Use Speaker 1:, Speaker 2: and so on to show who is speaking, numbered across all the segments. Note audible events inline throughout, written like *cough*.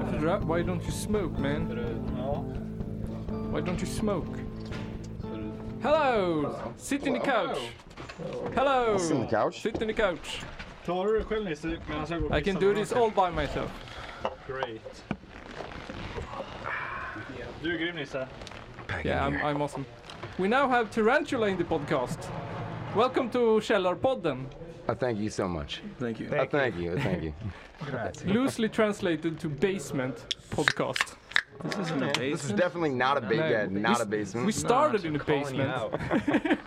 Speaker 1: After that, why don't you smoke, man? Why don't you smoke? Hello! Sit in the couch! Hello!
Speaker 2: Sit in the couch.
Speaker 1: Sit in the couch.
Speaker 3: Tar du det själv Nisse? Medan jag går och
Speaker 1: I can
Speaker 3: fixar
Speaker 1: do
Speaker 3: med
Speaker 1: this
Speaker 3: röken.
Speaker 1: all by myself.
Speaker 3: Great. Du är grym Nisse.
Speaker 1: Yeah, I'm, I'm awesome. We now have Tarantula in the podcast. Welcome to Källarpodden,
Speaker 2: I thank you so much.
Speaker 4: Thank you.
Speaker 2: I thank you.
Speaker 1: *laughs*
Speaker 2: I thank you.
Speaker 1: loosely translated to basement podcast.
Speaker 4: This isn't a
Speaker 2: this is
Speaker 4: basement.
Speaker 2: definitely not a big,
Speaker 1: No,
Speaker 2: uh,
Speaker 1: we
Speaker 2: not a
Speaker 1: s-
Speaker 2: basement.
Speaker 1: We started in the
Speaker 4: calling you
Speaker 1: basement.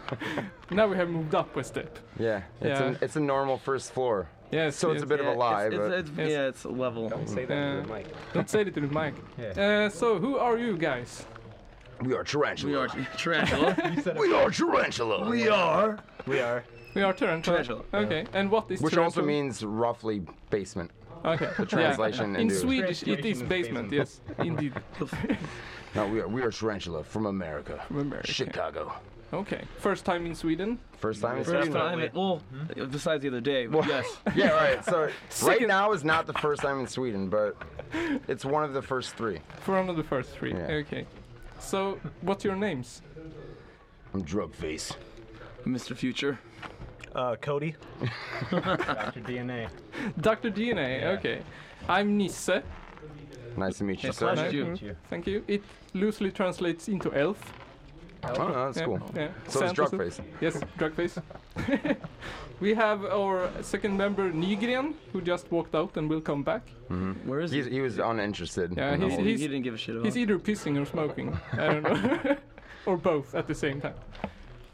Speaker 1: *laughs* now we have moved up a step.
Speaker 2: yeah, it's
Speaker 1: Yeah.
Speaker 2: a it's a normal first floor.
Speaker 1: Yes.
Speaker 2: So it's a
Speaker 1: yes.
Speaker 2: bit of a lie,
Speaker 4: It's,
Speaker 2: but
Speaker 4: it's, it's, yeah, it's level.
Speaker 5: Say that to the
Speaker 1: Uh,
Speaker 5: mic.
Speaker 1: Don't say it to the mic. Uh, so who are you guys?
Speaker 2: we are
Speaker 4: We
Speaker 2: tarantula.
Speaker 4: are tarantula.
Speaker 2: We are tarantula. *laughs* We are.
Speaker 5: We are.
Speaker 1: We are Tarantula.
Speaker 4: Tarantula,
Speaker 1: Okay. And what is
Speaker 2: Which
Speaker 1: Tarantula?
Speaker 2: also means roughly basement.
Speaker 1: okay. yeah.
Speaker 2: translation
Speaker 1: In
Speaker 2: into-
Speaker 1: Swedish, it is
Speaker 5: Translation is
Speaker 1: basement. Yes, indeed.
Speaker 2: No, we are we are tarantula from America.
Speaker 1: From America.
Speaker 2: Chicago.
Speaker 1: Okay. First time in Sweden.
Speaker 2: First time in
Speaker 4: First
Speaker 2: Sweden.
Speaker 4: time. in- Well,
Speaker 2: Hmm?
Speaker 4: besides the other day, but yes.
Speaker 2: Yeah, right.
Speaker 1: *laughs*
Speaker 2: So right
Speaker 1: Second-
Speaker 2: now is not the first time in Sweden, but it's one of the first three.
Speaker 1: For one of the first three.
Speaker 2: Yeah.
Speaker 1: Okay. So what's your names?
Speaker 2: I'm drug face.
Speaker 4: Mr. Future.
Speaker 5: Uh, Cody.
Speaker 3: Dr. DNA.
Speaker 1: Dr. DNA. Okay. I'm Nisse.
Speaker 2: Nice to meet you, sir.
Speaker 4: pleasure. Nice to
Speaker 1: No,
Speaker 4: meet
Speaker 1: mm, Thank you. It loosely translates into elf.
Speaker 2: Oh, no, that's
Speaker 1: Yeah,
Speaker 2: cool.
Speaker 1: yeah.
Speaker 2: So it's
Speaker 1: Santa's-
Speaker 2: drug face.
Speaker 1: Yes, drug face. *laughs* we have our second member Nygren, who just walked out and will come back.
Speaker 4: Where is
Speaker 2: He's,
Speaker 4: he?
Speaker 2: he was uninterested.
Speaker 1: Yeah,
Speaker 2: in the
Speaker 1: he's-
Speaker 2: whole-
Speaker 4: He didn't give a shit about.
Speaker 2: Hmm.
Speaker 1: He's either pissing or smoking. I don't know, *laughs* or both at the same time.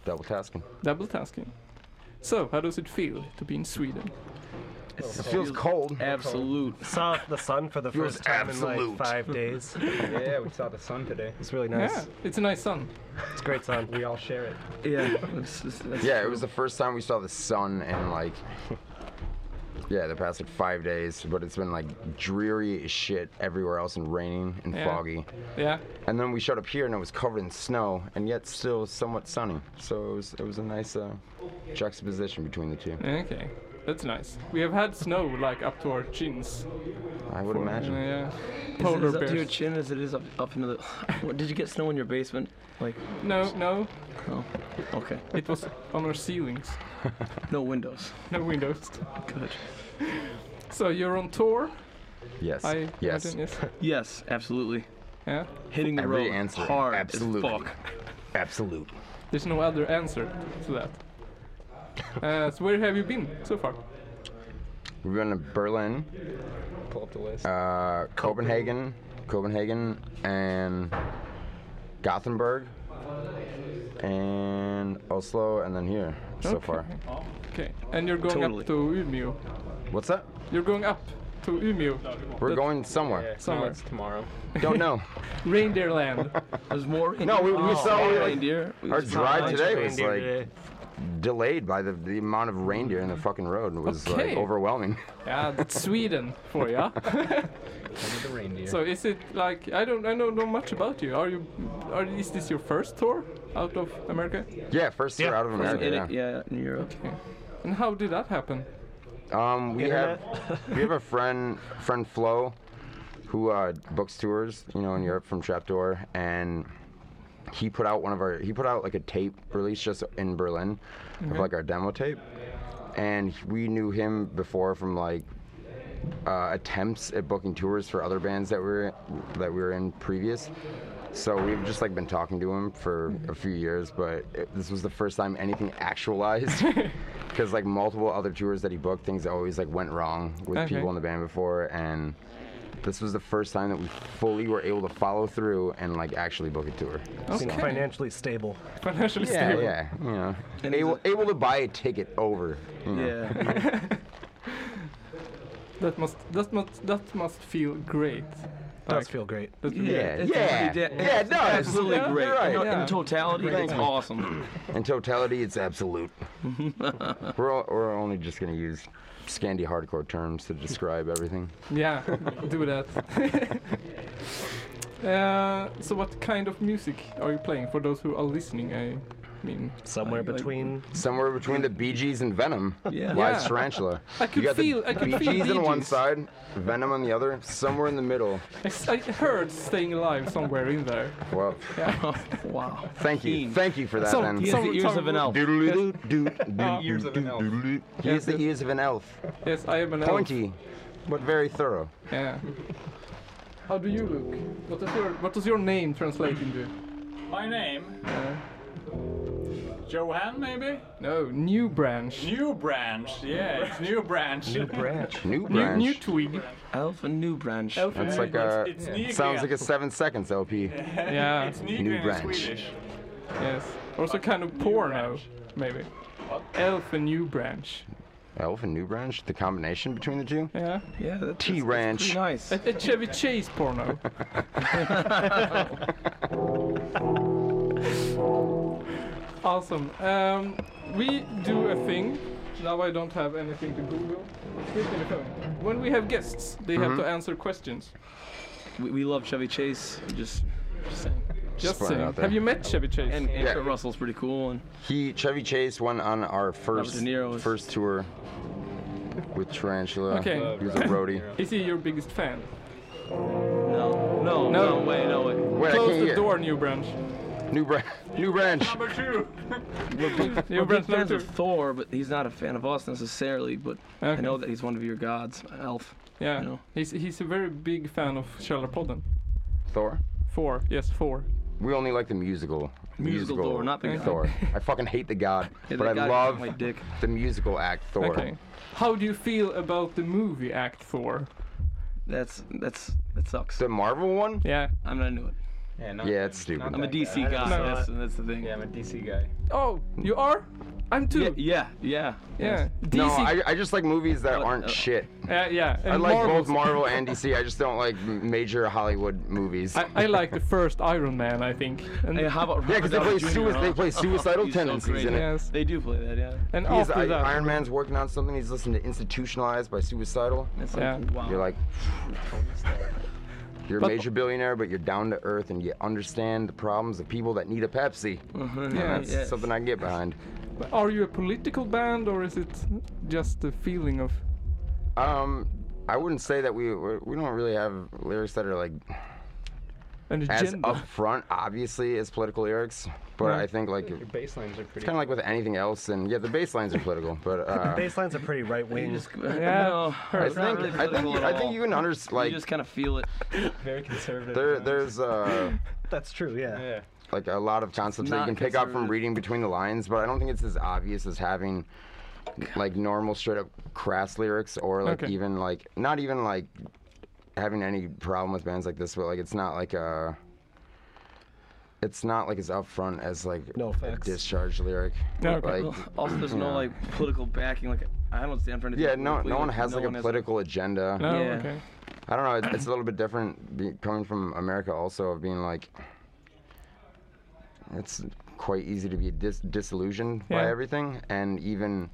Speaker 2: double tasking.
Speaker 1: Double tasking. So, how does it feel to be in Sweden?
Speaker 2: It feels cold.
Speaker 4: Absolute.
Speaker 5: Saw the sun for the
Speaker 2: Feels
Speaker 5: first time in
Speaker 2: absolute. *laughs*
Speaker 5: like five days.
Speaker 6: Yeah, we saw the sun today.
Speaker 5: It's really nice.
Speaker 1: Yeah, Ah, it's a nice sun.
Speaker 5: It's great sun.
Speaker 6: We all share it.
Speaker 4: Yeah. *laughs* That's, that's, that's
Speaker 2: Yeah, it
Speaker 4: true.
Speaker 2: was the first time we saw the sun in like. *laughs* Yeah, the past like five days, but it's been like dreary as shit everywhere else and raining and
Speaker 1: Yeah.
Speaker 2: foggy.
Speaker 1: Yeah,
Speaker 2: And then we showed up here and it was covered in snow and yet still somewhat sunny. So it was it was a nice uh, juxtaposition between the two.
Speaker 1: okay. That's nice. We have had snow like up to our chins.
Speaker 2: I would imagine.
Speaker 1: Uh, yeah.
Speaker 4: Is it
Speaker 1: Polar
Speaker 4: as up to your
Speaker 1: bears.
Speaker 4: chin as it is up up into the. *laughs* What, did you get snow in your basement? Like,
Speaker 1: No, no.
Speaker 4: oh, okay.
Speaker 1: It was on our ceilings.
Speaker 4: No windows.
Speaker 1: No windows.
Speaker 4: Good.
Speaker 1: So you're on tour?
Speaker 2: Yes.
Speaker 1: I
Speaker 2: yes.
Speaker 1: imagine, yes.
Speaker 4: *laughs* Yes, absolutely.
Speaker 1: Yeah.
Speaker 4: Hitting the
Speaker 2: Every
Speaker 4: road
Speaker 2: answer,
Speaker 4: hard
Speaker 2: absolutely.
Speaker 4: as fuck.
Speaker 2: Absolute.
Speaker 1: There's no other answer to
Speaker 4: *laughs*
Speaker 1: that. Uh, so where have you been so far?
Speaker 2: We've been to Berlin,
Speaker 6: Pull up the list.
Speaker 2: uh, Copenhagen, Copenhagen, and Gothenburg, and Oslo, and then here so far.
Speaker 1: Okay. And you're going
Speaker 4: Totally.
Speaker 1: up to Umeå.
Speaker 2: What's that?
Speaker 1: You're going up to Umeå.
Speaker 2: We're
Speaker 1: That-
Speaker 2: going somewhere.
Speaker 1: somewhere.
Speaker 6: It's tomorrow.
Speaker 2: Don't know.
Speaker 1: Reindeer land.
Speaker 4: There's more.
Speaker 2: *laughs* No, we- we saw, like,
Speaker 4: reindeer. We
Speaker 2: Our
Speaker 4: saw
Speaker 2: drive
Speaker 4: lions.
Speaker 2: today
Speaker 6: Reindeer
Speaker 2: was like
Speaker 6: today.
Speaker 2: delayed by the, the amount of reindeer in the fucking road. It was
Speaker 1: Okay.
Speaker 2: like overwhelming. *laughs*
Speaker 1: yeah, that's Sweden for ya.
Speaker 6: Under the reindeer.
Speaker 1: so is it like I don't I don't know much about you. Are you are is this your first tour out of America?
Speaker 2: Yeah, first year
Speaker 6: Yeah.
Speaker 2: out of
Speaker 4: Was it
Speaker 2: America.
Speaker 4: in-
Speaker 2: yeah.
Speaker 4: yeah, in Europe.
Speaker 1: Okay. And how did that happen?
Speaker 2: Um, we have *laughs* we have a friend friend Flo, who uh, books tours, you know, in Europe from Trapdoor, and he put out one of our he put out like a tape release just in Berlin of like our demo tape, and we knew him before from like uh, attempts at booking tours for other bands that we were that we were in previous. So we've just like been talking to him for a few years, but it, this was the first time anything actualized. *laughs* Because like multiple other tours that he booked, things always like went wrong with
Speaker 1: Okay.
Speaker 2: people in the band before, and this was the first time that we fully were able to follow through and like actually book a tour.
Speaker 1: Okay.
Speaker 5: Being financially stable.
Speaker 1: Financially
Speaker 2: Yeah,
Speaker 1: stable.
Speaker 2: yeah, you know,
Speaker 4: And is
Speaker 2: able, able to buy a ticket over. You know.
Speaker 4: *laughs* Yeah.
Speaker 1: That must that must that must feel great.
Speaker 5: Does feel great.
Speaker 1: That
Speaker 4: Yeah, it's
Speaker 2: Yeah.
Speaker 4: pretty da-
Speaker 2: Yeah, it
Speaker 4: it's
Speaker 2: does.
Speaker 4: absolutely
Speaker 2: Yeah,
Speaker 4: great.
Speaker 2: you're right.
Speaker 4: No,
Speaker 1: Yeah.
Speaker 4: In totality, it's awesome.
Speaker 2: *clears throat* In totality, it's absolute. we're, all, we're only just gonna use Scandi hardcore terms to describe everything.
Speaker 1: Yeah, *laughs* do that. uh, so, what kind of music are you playing for those who are listening? I mean,
Speaker 5: Somewhere
Speaker 1: like-
Speaker 5: between.
Speaker 2: Somewhere between the Bee Gees and Venom
Speaker 4: Yeah.
Speaker 2: lies
Speaker 1: Yeah.
Speaker 2: Tarantula.
Speaker 1: I could
Speaker 2: you got
Speaker 1: feel-
Speaker 2: the
Speaker 1: I could
Speaker 2: Bee
Speaker 1: feel
Speaker 2: Gees
Speaker 1: Bee
Speaker 2: on one
Speaker 1: Gees.
Speaker 2: side, Venom on the other. Somewhere in the middle.
Speaker 1: I, I heard staying alive somewhere in there.
Speaker 2: Well,
Speaker 4: wow.
Speaker 2: thank you,
Speaker 4: Keen.
Speaker 2: thank you for that,
Speaker 1: Some-
Speaker 2: then.
Speaker 4: He
Speaker 1: yeah.
Speaker 4: has the
Speaker 1: Some-
Speaker 4: ears of an
Speaker 1: some-
Speaker 4: elf.
Speaker 2: Doodle-doo, doo, doo,
Speaker 6: Ears
Speaker 2: doo,
Speaker 6: of an
Speaker 2: doo,
Speaker 6: elf.
Speaker 2: doodle-doo. He has the ears of an elf.
Speaker 1: Yes, I am an elf.
Speaker 2: Pointy, but very thorough.
Speaker 1: Yeah. How do you look? What does your What does your name translate into?
Speaker 3: My name,
Speaker 1: Uh,
Speaker 3: Johan, maybe?
Speaker 1: no, new branch.
Speaker 3: New branch. Yeah, *laughs* it's new branch. New
Speaker 6: Branch.
Speaker 2: New
Speaker 1: New,
Speaker 2: branch.
Speaker 1: new twig.
Speaker 4: Elf and new branch.
Speaker 1: Elf
Speaker 2: That's
Speaker 1: and
Speaker 2: like
Speaker 1: new branch.
Speaker 2: a.
Speaker 3: It's- it's Nygren.
Speaker 2: sounds like a seven seconds LP.
Speaker 1: Yeah.
Speaker 3: It's Nygren in
Speaker 2: branch.
Speaker 3: Swedish.
Speaker 1: Yes. Also kind of porno,
Speaker 3: branch.
Speaker 1: maybe. Elf and new branch.
Speaker 2: Elf and New Branch, the combination between the two.
Speaker 1: Yeah.
Speaker 4: Yeah, that's
Speaker 2: Tea
Speaker 4: that's-
Speaker 2: ranch.
Speaker 4: that's pretty Nice.
Speaker 1: A, a Chevy Chase
Speaker 2: *laughs*
Speaker 1: porno. awesome. Um, we do a thing. Now I don't have anything to Google. Here's my phone. When we have guests, they have to
Speaker 2: Mm-hmm.
Speaker 1: answer questions.
Speaker 4: We, we love Chevy Chase. we Just, just saying.
Speaker 1: Just
Speaker 2: Spot it
Speaker 1: saying.
Speaker 2: out there.
Speaker 1: Have you met Chevy Chase?
Speaker 4: And, and
Speaker 2: Yeah.
Speaker 4: Kurt Russell's pretty cool. And
Speaker 2: He Chevy Chase went on our first
Speaker 4: De Niro was-
Speaker 2: first tour with Tarantula.
Speaker 1: Okay.
Speaker 2: He was a
Speaker 4: *laughs*
Speaker 2: roadie.
Speaker 1: Is he your biggest fan?
Speaker 4: no,
Speaker 1: No.
Speaker 4: no, no, way, no way.
Speaker 2: Wait, I
Speaker 1: Close
Speaker 2: can't
Speaker 1: the
Speaker 2: hear.
Speaker 1: door, New Branch.
Speaker 2: New branch. New branch.
Speaker 3: Number two.
Speaker 1: New
Speaker 4: We're big
Speaker 1: Branch
Speaker 4: fans
Speaker 1: number
Speaker 4: of
Speaker 1: two.
Speaker 4: Thor, but he's not a fan of us necessarily. But
Speaker 1: Okay.
Speaker 4: I know that he's one of your gods, Elf.
Speaker 1: Yeah.
Speaker 4: you know.
Speaker 1: He's he's a very big fan of Källarpodden.
Speaker 2: Thor.
Speaker 1: Four. Yes, four.
Speaker 2: We only like the musical.
Speaker 4: Musical Thor, not the
Speaker 2: *laughs* Thor.
Speaker 4: god.
Speaker 2: I fucking hate the god,
Speaker 4: *laughs* Yeah,
Speaker 2: but
Speaker 4: that
Speaker 2: I
Speaker 4: guy
Speaker 2: love
Speaker 4: my dick.
Speaker 2: the musical act Thor.
Speaker 1: Okay. How do you feel about the movie Act Four?
Speaker 4: That's that's that sucks.
Speaker 2: The Marvel one.
Speaker 1: Yeah.
Speaker 4: I'm not into it.
Speaker 6: Yeah, not,
Speaker 2: Yeah, it's stupid.
Speaker 6: not
Speaker 4: I'm a
Speaker 6: that
Speaker 4: DC
Speaker 6: I
Speaker 4: guy.
Speaker 6: just saw
Speaker 4: That's,
Speaker 6: it.
Speaker 4: that's the thing.
Speaker 6: Yeah, I'm a DC guy.
Speaker 1: Oh, you are? I'm too.
Speaker 4: Yeah, yeah, yeah.
Speaker 1: Yeah. DC.
Speaker 2: No, I, I just like movies that aren't
Speaker 4: uh,
Speaker 2: shit.
Speaker 1: Uh, yeah.
Speaker 2: I
Speaker 1: and
Speaker 2: like both
Speaker 1: Marvel's-
Speaker 2: Marvel and DC. I just don't like m- major Hollywood movies.
Speaker 1: I, I like the first Iron Man, I think. And,
Speaker 4: Hey, how about
Speaker 2: yeah,
Speaker 4: Robert
Speaker 2: because they play,
Speaker 4: Downey Jr.,
Speaker 2: sui-
Speaker 4: huh?
Speaker 2: they play suicidal
Speaker 4: He's so
Speaker 2: tendencies
Speaker 4: great.
Speaker 2: in it.
Speaker 1: yes.
Speaker 4: They do play that, yeah.
Speaker 1: And
Speaker 2: He's,
Speaker 1: after
Speaker 2: I,
Speaker 1: that.
Speaker 2: Iron Man's working on something. He's listening to institutionalized by suicidal.
Speaker 4: It's
Speaker 1: Yeah.
Speaker 4: like, wow.
Speaker 2: You're
Speaker 4: *laughs*
Speaker 2: like, you're a
Speaker 1: But-
Speaker 2: major billionaire, but you're down to earth and you understand the problems of people that need a Pepsi.
Speaker 1: Yeah.
Speaker 2: That's something I can get behind.
Speaker 1: Are you a political band or is it just the feeling of?
Speaker 2: Um, I wouldn't say that we we we don't really have lyrics that are like
Speaker 1: An
Speaker 2: as
Speaker 1: agenda.
Speaker 2: upfront, obviously, as political lyrics. But
Speaker 1: Yeah.
Speaker 2: I think like it's
Speaker 6: Your bass lines are pretty.
Speaker 2: kind of like with anything else, and yeah, the bass lines are political. But uh,
Speaker 5: Bass lines are pretty right
Speaker 2: *laughs*
Speaker 5: wing.
Speaker 4: *laughs*
Speaker 1: Yeah.
Speaker 4: no,
Speaker 2: I
Speaker 4: it's not
Speaker 2: think
Speaker 4: really
Speaker 2: I think
Speaker 4: political
Speaker 2: you,
Speaker 4: at
Speaker 2: I think
Speaker 4: all.
Speaker 2: you can under like
Speaker 4: you just kind of feel it.
Speaker 6: very conservative.
Speaker 2: there
Speaker 6: songs.
Speaker 2: there's uh.
Speaker 5: That's true. Yeah.
Speaker 6: Yeah.
Speaker 2: like a lot of concepts that you
Speaker 4: not
Speaker 2: can pick up from
Speaker 4: conservative.
Speaker 2: reading between the lines, but I don't think it's as obvious as having like normal straight up crass lyrics or like
Speaker 1: Okay.
Speaker 2: even like not even like having any problem with bands like this, but like it's not like a it's not like as upfront as like
Speaker 5: No
Speaker 2: a
Speaker 5: facts.
Speaker 2: discharge lyric.
Speaker 1: Yeah, okay.
Speaker 2: Like
Speaker 4: Also, there's no like political backing. Like I don't stand for anything.
Speaker 2: yeah, no
Speaker 4: politically,
Speaker 2: no one has
Speaker 4: no
Speaker 2: like a political agenda.
Speaker 1: no.
Speaker 4: yeah.
Speaker 1: Okay.
Speaker 2: I don't know. It's, it's a little bit different be, coming from America, also of being like, it's quite easy to be dis- disillusioned by
Speaker 1: Yeah.
Speaker 2: everything, and even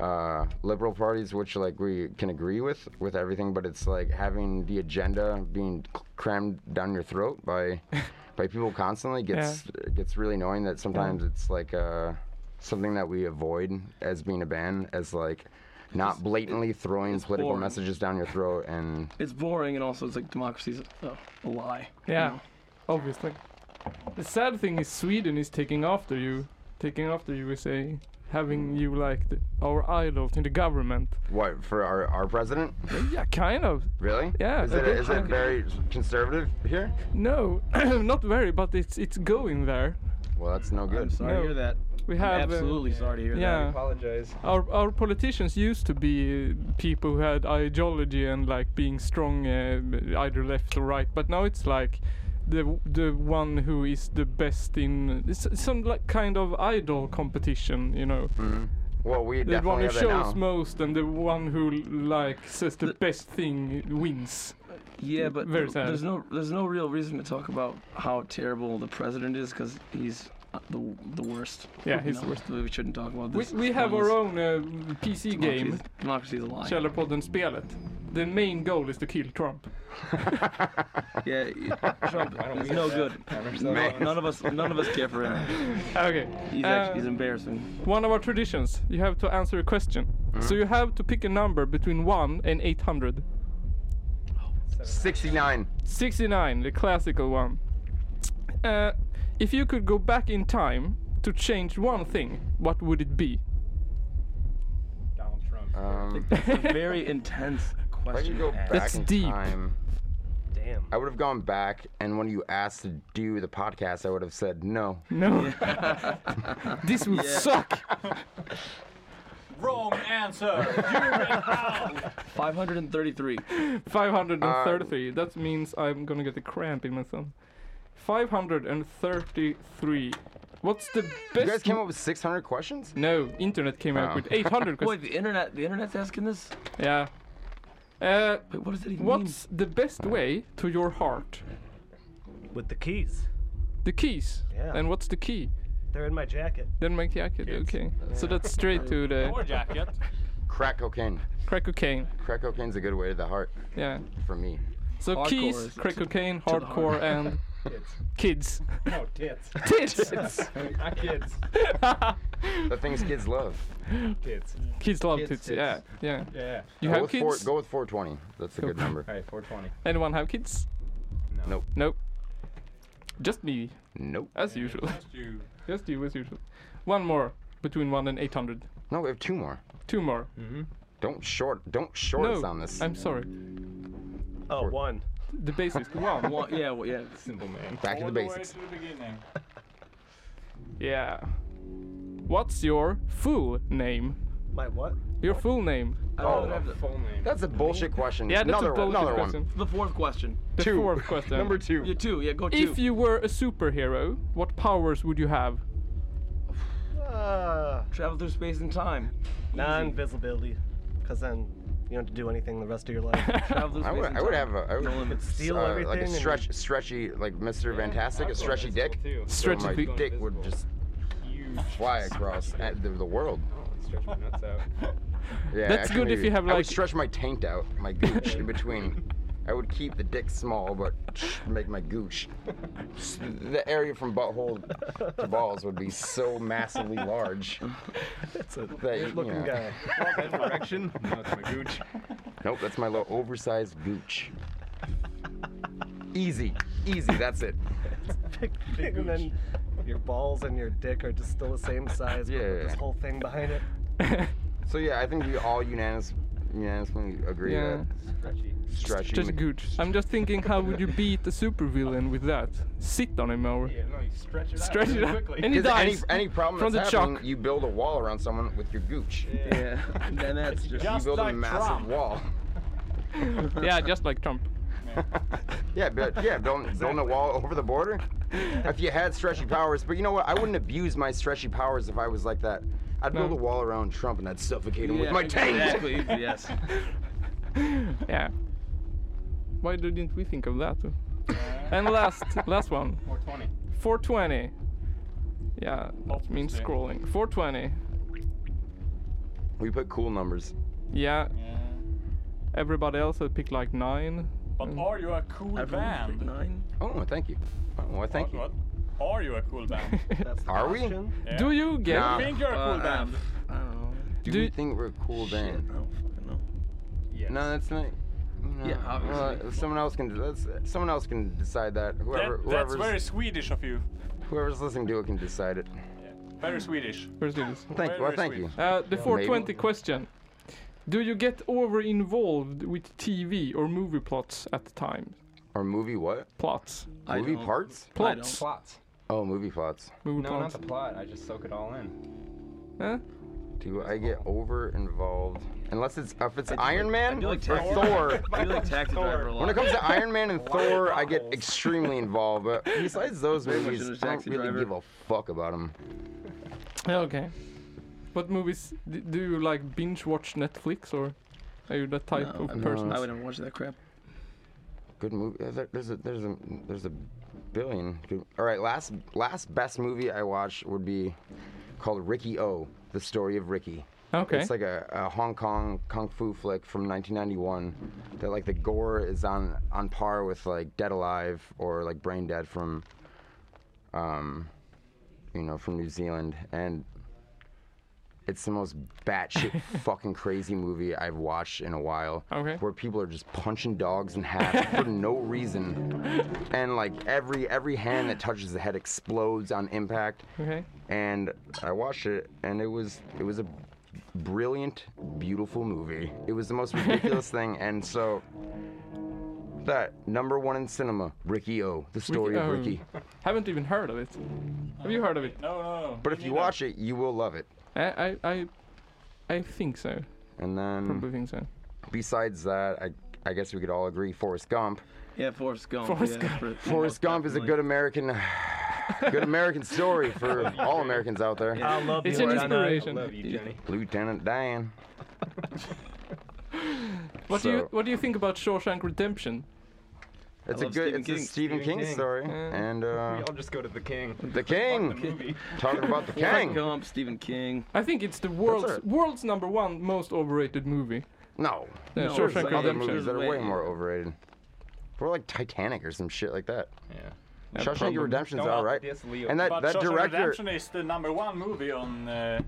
Speaker 2: uh, liberal parties, which like we can agree with with everything, but it's like having the agenda being c- crammed down your throat by by people constantly gets gets really annoying. That sometimes it's like uh, something that we avoid as being a band, as like. Not blatantly throwing political
Speaker 4: boring.
Speaker 2: messages down your throat and
Speaker 4: It's boring, and also it's like democracy's a, a lie.
Speaker 1: Yeah, obviously. The sad thing is Sweden is taking after you. Taking after you is a having you like the, our idols in the government.
Speaker 2: What for our, our president?
Speaker 1: Yeah, kind of.
Speaker 2: Really?
Speaker 1: Yeah,
Speaker 2: Is
Speaker 1: I
Speaker 2: it,
Speaker 1: think
Speaker 2: is
Speaker 1: so.
Speaker 2: it very conservative here?
Speaker 1: No, *clears throat* not very, but it's it's going there.
Speaker 2: Well, that's no
Speaker 4: I'm
Speaker 2: good.
Speaker 4: sorry
Speaker 1: No.
Speaker 4: to hear that.
Speaker 1: We
Speaker 4: I'm
Speaker 1: have uh,
Speaker 4: absolutely sorry to hear
Speaker 1: yeah.
Speaker 6: Apologize.
Speaker 1: Our our politicians used to be uh, people who had ideology and like being strong, uh, either left or right. But now it's like the the one who is the best in it's some like kind of idol competition, you know.
Speaker 2: Well, we
Speaker 1: The one
Speaker 2: definitely
Speaker 1: who
Speaker 2: have that now.
Speaker 1: shows most and the one who like says the best thing wins.
Speaker 4: that. Yeah, but
Speaker 1: Very
Speaker 4: th-
Speaker 1: sad.
Speaker 4: there's no there's no real reason to talk about how terrible the president is because he's uh, the the worst.
Speaker 1: Yeah,
Speaker 4: You
Speaker 1: he's
Speaker 4: know,
Speaker 1: the worst.
Speaker 4: We shouldn't talk about
Speaker 1: We,
Speaker 4: this.
Speaker 1: we have our own uh, PC game,
Speaker 4: Democracy's democracy's a lie.
Speaker 1: Källarpodden-spelet. the main goal is to kill Trump.
Speaker 4: Yeah,
Speaker 6: *laughs*
Speaker 4: y- Trump
Speaker 6: Why don't we
Speaker 4: is
Speaker 6: get
Speaker 4: no
Speaker 6: that?
Speaker 4: good.
Speaker 6: Emerson?
Speaker 2: Man.
Speaker 4: None of us, none of us care for him.
Speaker 1: Okay.
Speaker 4: He's,
Speaker 1: uh,
Speaker 4: actually, he's embarrassing.
Speaker 1: One of our traditions, you have to answer a question. So you have to pick a number between 1 and 800.
Speaker 2: 69.
Speaker 1: 69, the classical one. Uh, if you could go back in time to change one thing, what would it be?
Speaker 6: Donald Trump.
Speaker 3: Uh,
Speaker 2: Um,
Speaker 1: *laughs*
Speaker 4: Very intense
Speaker 2: if I
Speaker 4: question.
Speaker 2: could go
Speaker 4: to ask.
Speaker 2: back
Speaker 1: That's
Speaker 2: in
Speaker 1: deep.
Speaker 2: time,
Speaker 5: Damn.
Speaker 2: I would have gone back, and when you asked to do the podcast, I would have said no.
Speaker 1: *laughs* No. this would suck.
Speaker 3: Wrong answer. You're an owl.
Speaker 4: 533.
Speaker 2: Um,
Speaker 1: 533. that means I'm gonna get a cramp in my thumb. 533. What's the best.
Speaker 2: You guys came up with 600 questions?
Speaker 1: No, internet came
Speaker 2: Oh.
Speaker 1: out with
Speaker 2: *laughs*
Speaker 1: 800
Speaker 4: Wait,
Speaker 1: questions.
Speaker 4: the internet, the internet's asking this.
Speaker 1: Yeah. Uh,
Speaker 4: Wait, what does that even mean?
Speaker 1: what's the best way to your heart?
Speaker 5: With the keys.
Speaker 1: The keys.
Speaker 5: Yeah.
Speaker 1: And what's the key?
Speaker 5: They're in my jacket.
Speaker 1: Then my jacket. Okay. So that's straight to
Speaker 3: *laughs* Your
Speaker 1: the
Speaker 3: jacket.
Speaker 2: Crack cocaine.
Speaker 1: crack cocaine.
Speaker 2: Crack cocaine's a good way to the heart
Speaker 1: Yeah.
Speaker 2: for me.
Speaker 1: So
Speaker 4: Hardcore
Speaker 1: keys,
Speaker 4: is-
Speaker 1: crack cocaine,
Speaker 4: the heart.
Speaker 1: hardcore, and
Speaker 6: Tits.
Speaker 1: kids.
Speaker 6: No,
Speaker 2: *laughs*
Speaker 6: tits. *laughs*
Speaker 1: Tits.
Speaker 6: Not kids.
Speaker 2: The things kids love.
Speaker 6: Tits.
Speaker 1: *laughs* kids love
Speaker 6: Kids,
Speaker 1: tits.
Speaker 6: tits.
Speaker 1: Yeah. Yeah.
Speaker 6: Yeah.
Speaker 1: You
Speaker 2: go,
Speaker 1: have
Speaker 2: with four,
Speaker 1: kids?
Speaker 2: go with 420. That's a good number.
Speaker 6: All right, 420.
Speaker 1: Anyone have kids?
Speaker 2: Nope.
Speaker 1: Nope. Just me,
Speaker 2: Nope.
Speaker 1: as usual.
Speaker 3: Just you.
Speaker 1: *laughs* Just you, as usual. One more between one and eight hundred.
Speaker 2: No, we have two more.
Speaker 1: Two more.
Speaker 2: Don't short. Don't short us
Speaker 1: No,
Speaker 2: Mm. on this.
Speaker 1: I'm sorry.
Speaker 5: Oh, one.
Speaker 1: The basis. *laughs* One.
Speaker 4: Well, yeah, well, yeah.
Speaker 6: Simple man.
Speaker 2: Back to
Speaker 3: All
Speaker 2: the
Speaker 3: the way
Speaker 2: basics.
Speaker 3: to the *laughs* beginning.
Speaker 1: Yeah. What's your full name?
Speaker 5: My what?
Speaker 1: Your full name.
Speaker 4: I
Speaker 2: Oh.
Speaker 4: don't have the,
Speaker 6: Full name.
Speaker 2: That's a bullshit question.
Speaker 1: Yeah, that's
Speaker 2: another
Speaker 1: a bullshit
Speaker 2: one. Another
Speaker 1: question.
Speaker 2: one.
Speaker 4: the fourth question.
Speaker 1: The
Speaker 2: Two. *laughs*
Speaker 1: fourth question.
Speaker 2: Number two.
Speaker 4: You two, yeah, go two.
Speaker 1: If you were a superhero, what powers would you have?
Speaker 5: Uh,
Speaker 4: travel through space and time,
Speaker 5: non-visibility. Because then you don't have to do anything the rest of your life.
Speaker 4: *laughs* travel through
Speaker 2: I
Speaker 4: space
Speaker 2: would,
Speaker 4: and
Speaker 2: I would
Speaker 4: time.
Speaker 2: have a, I would,
Speaker 4: No limits.
Speaker 2: *laughs*
Speaker 5: Steal
Speaker 2: uh,
Speaker 5: everything.
Speaker 2: like a
Speaker 5: and-
Speaker 2: stretchy, stretchy, like Mr. Fantastic, a stretchy dick. Oh,
Speaker 1: Stretchy
Speaker 2: my
Speaker 1: dick.
Speaker 2: dick would just
Speaker 6: Huge.
Speaker 2: fly across at the, the world.
Speaker 6: Stretch Oh, my nuts out.
Speaker 2: *laughs* Yeah,
Speaker 1: That's
Speaker 2: actually,
Speaker 1: good if
Speaker 2: maybe-
Speaker 1: you have,
Speaker 2: I
Speaker 1: like-
Speaker 2: would stretch my taint out,
Speaker 1: *laughs*
Speaker 2: my gooch in between. I would keep the dick small, but make my gooch. s- The area from butthole to balls would be so massively large
Speaker 5: It's a
Speaker 2: that you
Speaker 5: looking
Speaker 2: know.
Speaker 5: guy. *laughs*
Speaker 6: That direction? No, it's my gooch.
Speaker 2: Nope, that's my little oversized gooch. easy, easy. That's it.
Speaker 5: Big, big, and then your balls and your dick are just still the same size. but
Speaker 2: Yeah,
Speaker 5: with
Speaker 2: yeah,
Speaker 5: This
Speaker 2: yeah.
Speaker 5: whole thing behind it.
Speaker 2: So yeah, I think we all unanimous, unanimously agree
Speaker 1: Yeah.
Speaker 6: Stretchy.
Speaker 2: that stretching.
Speaker 1: Just good. I'm just thinking, how would you beat a supervillain with that? Sit on him or
Speaker 6: Yeah, no, you stretch it out.
Speaker 1: Stretch
Speaker 6: really
Speaker 1: it out.
Speaker 3: *laughs*
Speaker 6: Quickly.
Speaker 1: And he
Speaker 2: Because any,
Speaker 1: dies
Speaker 2: any problem
Speaker 1: from
Speaker 2: that's
Speaker 1: the
Speaker 2: happening,
Speaker 1: chalk.
Speaker 2: you build a wall around someone with your gooch.
Speaker 4: Yeah, and then that's just.
Speaker 2: You
Speaker 3: Just
Speaker 2: build a
Speaker 3: like
Speaker 2: massive
Speaker 3: Trump. *laughs*
Speaker 2: wall.
Speaker 1: yeah, just like
Speaker 2: *laughs*
Speaker 1: Trump.
Speaker 2: Yeah, but yeah, building, building a wall over the border. If you had stretchy powers, but you know what? I wouldn't abuse my stretchy powers if I was like that. I'd build
Speaker 1: No.
Speaker 2: a wall around Trump and I'd suffocate him with
Speaker 4: Yeah,
Speaker 2: my tank.
Speaker 4: Exactly,
Speaker 3: *laughs*
Speaker 4: yes.
Speaker 1: Yeah. Why didn't we think of
Speaker 4: *laughs*
Speaker 1: that? and last, last one.
Speaker 6: 420.
Speaker 1: 420. Yeah, that means
Speaker 3: Obviously.
Speaker 1: scrolling. 420.
Speaker 2: *laughs* We put cool numbers.
Speaker 1: Yeah,
Speaker 3: Yeah.
Speaker 1: everybody else had picked like nine.
Speaker 3: But
Speaker 2: Mm.
Speaker 3: are you a cool
Speaker 4: Everyone's
Speaker 3: band?
Speaker 4: picked nine.
Speaker 2: Oh, thank you. Oh, I thank you.
Speaker 3: What? what? Are you a cool *laughs* band?
Speaker 5: That's the
Speaker 2: Are we?
Speaker 5: question.
Speaker 3: Yeah.
Speaker 1: Do you get?
Speaker 2: Nah.
Speaker 3: think you're a cool
Speaker 4: Uh,
Speaker 3: band?
Speaker 4: I don't know.
Speaker 2: Do,
Speaker 1: Do
Speaker 2: you
Speaker 1: you-
Speaker 2: think we're a cool
Speaker 4: Shit,
Speaker 2: band?
Speaker 4: I don't fucking know.
Speaker 6: Yes.
Speaker 2: No, that's not. No.
Speaker 4: Yeah,
Speaker 2: Well,
Speaker 4: obviously.
Speaker 2: if someone else can. That's, someone else can decide that. Whoever,
Speaker 3: That, that's
Speaker 2: whoever's,
Speaker 3: very Swedish of you.
Speaker 2: whoever's listening to it can decide it.
Speaker 3: Very Swedish.
Speaker 1: *laughs* Where's Linus?
Speaker 2: Thank you.
Speaker 3: Very
Speaker 2: Well, thank
Speaker 3: sweet.
Speaker 2: you.
Speaker 1: Uh, the
Speaker 2: Well,
Speaker 1: 420
Speaker 2: maybe.
Speaker 1: question. Do you get over involved with TV or movie plots at the time?
Speaker 2: Or movie what?
Speaker 1: Plots.
Speaker 4: I
Speaker 2: movie
Speaker 4: don't.
Speaker 2: parts?
Speaker 4: I
Speaker 1: Plots.
Speaker 4: don't.
Speaker 6: Plots.
Speaker 2: Oh, movie plots.
Speaker 1: Movie
Speaker 6: No, not
Speaker 1: plots.
Speaker 6: the plot. I just soak it all in.
Speaker 1: Huh?
Speaker 2: Do I get over involved? Unless it's if it's Iron
Speaker 4: I
Speaker 2: Man
Speaker 4: do like
Speaker 2: or
Speaker 4: taxi
Speaker 2: Thor.
Speaker 4: *laughs* I do like taxi driver a lot.
Speaker 2: When it comes to Iron Man
Speaker 4: *laughs*
Speaker 2: and Thor, I get extremely involved. But besides those
Speaker 4: Very much
Speaker 2: movies,
Speaker 4: into
Speaker 2: I don't
Speaker 4: Taxi
Speaker 2: really
Speaker 4: Driver.
Speaker 2: give a fuck about them.
Speaker 1: Yeah, okay. What movies d- do you like? Binge watch Netflix or are you that type
Speaker 4: No,
Speaker 1: of
Speaker 4: I mean,
Speaker 1: person?
Speaker 4: Um, I would never watch that crap.
Speaker 2: Good movie. uh, there- There's a there's a there's a billion. Good. All right, last last best movie I watched would be called Ricky O: The Story of Ricky.
Speaker 1: Okay.
Speaker 2: It's like a, a Hong Kong kung fu flick from 1991 that like the gore is on on par with like Dead Alive or like Brain Dead from, um, you know, from New Zealand, and it's the most
Speaker 1: *laughs*
Speaker 2: batshit fucking crazy movie I've watched in a while.
Speaker 1: Okay.
Speaker 2: Where people are just punching dogs in half for no reason, and like every every hand that touches the head explodes on impact
Speaker 1: okay.
Speaker 2: and I watched it, and it was it was a brilliant, beautiful movie. It was the most ridiculous thing, and so that number one in cinema, Ricky O, the story
Speaker 1: Ricky-
Speaker 2: of
Speaker 1: oh,
Speaker 2: Ricky.
Speaker 1: Haven't even heard of it. Have you heard of it?
Speaker 3: No, no, no.
Speaker 2: But
Speaker 3: me
Speaker 2: if you
Speaker 3: neither.
Speaker 2: watch it, you will love it.
Speaker 1: I I I, I think so.
Speaker 2: And
Speaker 1: Probably
Speaker 2: then
Speaker 1: think so.
Speaker 2: besides that, I I guess we could all agree Forrest Gump.
Speaker 4: Yeah, Forrest Gump.
Speaker 1: Forrest
Speaker 4: yeah,
Speaker 1: Gump.
Speaker 4: for-
Speaker 2: Forrest Gump is a good American. *sighs* Good American story for all Americans out there.
Speaker 5: I love
Speaker 1: It's
Speaker 5: you,
Speaker 1: an
Speaker 5: Jenna.
Speaker 1: inspiration.
Speaker 6: Love you, Jenny.
Speaker 2: Lieutenant Dan.
Speaker 1: What do you
Speaker 2: So-
Speaker 1: What do you think about Shawshank Redemption?
Speaker 2: It's a
Speaker 4: love
Speaker 2: good,
Speaker 4: Stephen
Speaker 2: it's a
Speaker 4: King.
Speaker 2: Stephen
Speaker 6: Stephen
Speaker 2: King,
Speaker 6: King.
Speaker 2: story,
Speaker 1: Yeah.
Speaker 2: and uh,
Speaker 6: We all just go to the king.
Speaker 2: the
Speaker 6: Fuck
Speaker 2: King.
Speaker 6: the movie.
Speaker 2: Talking about the
Speaker 4: Forrest
Speaker 2: king.
Speaker 4: Gump, Stephen King.
Speaker 1: I think it's the world's
Speaker 2: a-
Speaker 1: world's number one most overrated movie. Yeah,
Speaker 2: No.
Speaker 4: No,
Speaker 2: There's
Speaker 4: Shawshank
Speaker 1: Shawshank
Speaker 2: like other
Speaker 4: Redemption.
Speaker 2: movies
Speaker 1: Redemption.
Speaker 2: that are way
Speaker 4: Way.
Speaker 2: more overrated. We're like Titanic or some shit like that.
Speaker 6: Yeah.
Speaker 2: Shawshank
Speaker 1: probably.
Speaker 2: Redemption's
Speaker 6: Don't
Speaker 2: all right.
Speaker 6: diss Leo.
Speaker 2: And that,
Speaker 3: But
Speaker 2: that
Speaker 3: Shawshank
Speaker 2: director,
Speaker 3: Redemption is the number one movie on uh,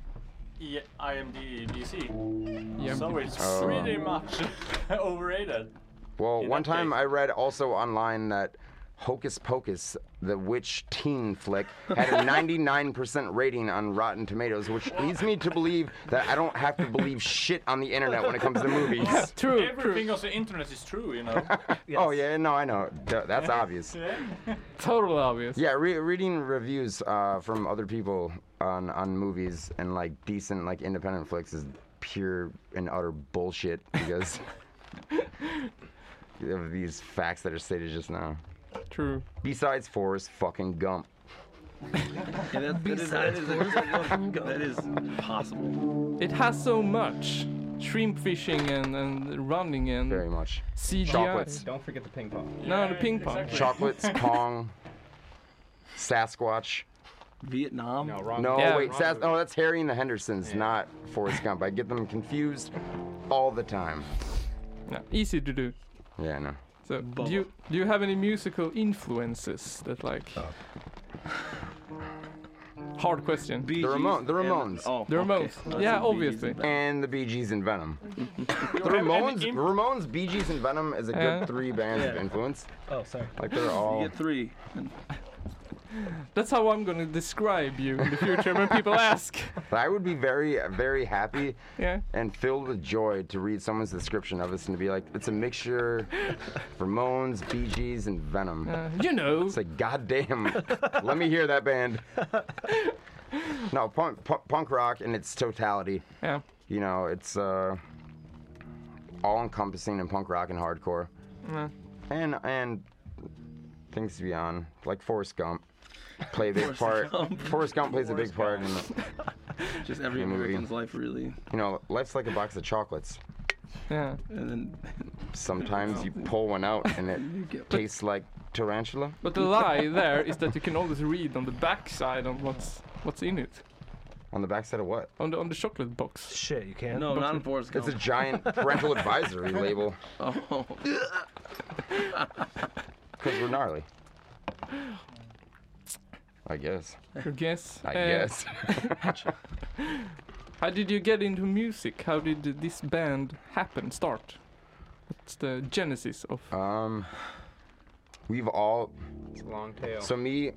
Speaker 3: E- IMDb.
Speaker 1: Yeah,
Speaker 3: So it's
Speaker 2: Oh.
Speaker 3: pretty much *laughs* overrated.
Speaker 2: well,
Speaker 3: in
Speaker 2: one
Speaker 3: that
Speaker 2: time
Speaker 3: case.
Speaker 2: I read also online that Hocus Pocus, the witch teen flick, had a 99% rating on Rotten Tomatoes, which leads me to believe that I don't have to believe shit on the internet when it comes to movies.
Speaker 1: True, true.
Speaker 3: Everything on the internet is true, you *laughs* know.
Speaker 2: Oh, yeah, no, I know. Th- That's obvious.
Speaker 1: total obvious.
Speaker 2: Yeah, re- reading reviews uh, from other people on on movies and like decent like independent flicks is pure and utter bullshit because *laughs* of these facts that are stated just now.
Speaker 1: True.
Speaker 2: Besides Forrest fucking Gump.
Speaker 4: Yeah, that, that, is, that,
Speaker 1: *laughs*
Speaker 4: is, that is impossible.
Speaker 1: It has so much shrimp fishing and, and running and
Speaker 2: Very much.
Speaker 1: CGI.
Speaker 2: Chocolates.
Speaker 6: Don't forget the ping pong.
Speaker 1: No, the
Speaker 3: Yeah,
Speaker 1: ping pong.
Speaker 6: *laughs*
Speaker 3: exactly.
Speaker 2: Chocolates, Kong, Sasquatch.
Speaker 4: Vietnam.
Speaker 6: No, wrong.
Speaker 2: No,
Speaker 1: Yeah.
Speaker 2: wait, Sas- no, that's Harry and the Hendersons,
Speaker 6: Yeah.
Speaker 2: not Forrest Gump. I get them confused all the time.
Speaker 1: No, easy to do.
Speaker 2: Yeah, I know.
Speaker 1: So, do you do you have any musical influences that like? *laughs* Hard question.
Speaker 4: Bee
Speaker 2: The
Speaker 4: Gees
Speaker 2: Ramon- the
Speaker 4: and-
Speaker 2: Ramones.
Speaker 4: Oh,
Speaker 1: The
Speaker 4: okay.
Speaker 1: Ramones.
Speaker 4: I said
Speaker 1: Yeah,
Speaker 4: Bee Gees
Speaker 1: obviously.
Speaker 4: and-
Speaker 2: And the Bee Gees and Venom.
Speaker 3: You
Speaker 2: The
Speaker 3: have any
Speaker 2: Ramones,
Speaker 3: in-
Speaker 2: Ramones, Bee Gees, and Venom is a good
Speaker 1: Yeah.
Speaker 2: three bands of
Speaker 4: Yeah.
Speaker 2: influence.
Speaker 5: Oh, sorry.
Speaker 2: Like they're
Speaker 4: You
Speaker 2: all.
Speaker 4: get three. And
Speaker 1: That's how I'm gonna describe you in the future when people ask.
Speaker 2: I would be very, very happy
Speaker 1: Yeah.
Speaker 2: and filled with joy to read someone's description of us and to be like, it's a mixture, of Ramones, Bee Gees, and Venom.
Speaker 1: Uh, you know.
Speaker 2: It's like, goddamn, let me hear that band. No, punk, punk, punk rock in its totality.
Speaker 1: Yeah.
Speaker 2: You know, it's uh, all encompassing in punk rock and hardcore.
Speaker 1: Yeah.
Speaker 2: and and things beyond like Forrest Gump play a big part.
Speaker 4: Forrest Gump.
Speaker 2: Forrest Gump plays a big part in
Speaker 4: just every
Speaker 2: The movie.
Speaker 4: American's life, really.
Speaker 2: you know life's like a box of chocolates.
Speaker 1: Yeah.
Speaker 4: And then
Speaker 2: Sometimes you pull one out and
Speaker 4: *laughs* you
Speaker 2: it
Speaker 4: get.
Speaker 2: tastes like tarantula.
Speaker 1: But the lie there is that you can always read on the backside on what's what's in it
Speaker 2: On the backside of what?
Speaker 1: on the on the chocolate box.
Speaker 5: Shit, you can't.
Speaker 4: No, not in Forrest Gump.
Speaker 2: It's a
Speaker 4: *laughs*
Speaker 2: giant parental advisory label
Speaker 4: oh,
Speaker 2: because we're
Speaker 4: *gasps*
Speaker 2: gnarly. I guess.
Speaker 1: I guess.
Speaker 2: I
Speaker 1: Uh,
Speaker 4: *laughs*
Speaker 2: guess.
Speaker 1: How did you get into music? How did this band happen? Start. What's the genesis of?
Speaker 2: um, we've all
Speaker 6: It's a long tail.
Speaker 2: So me,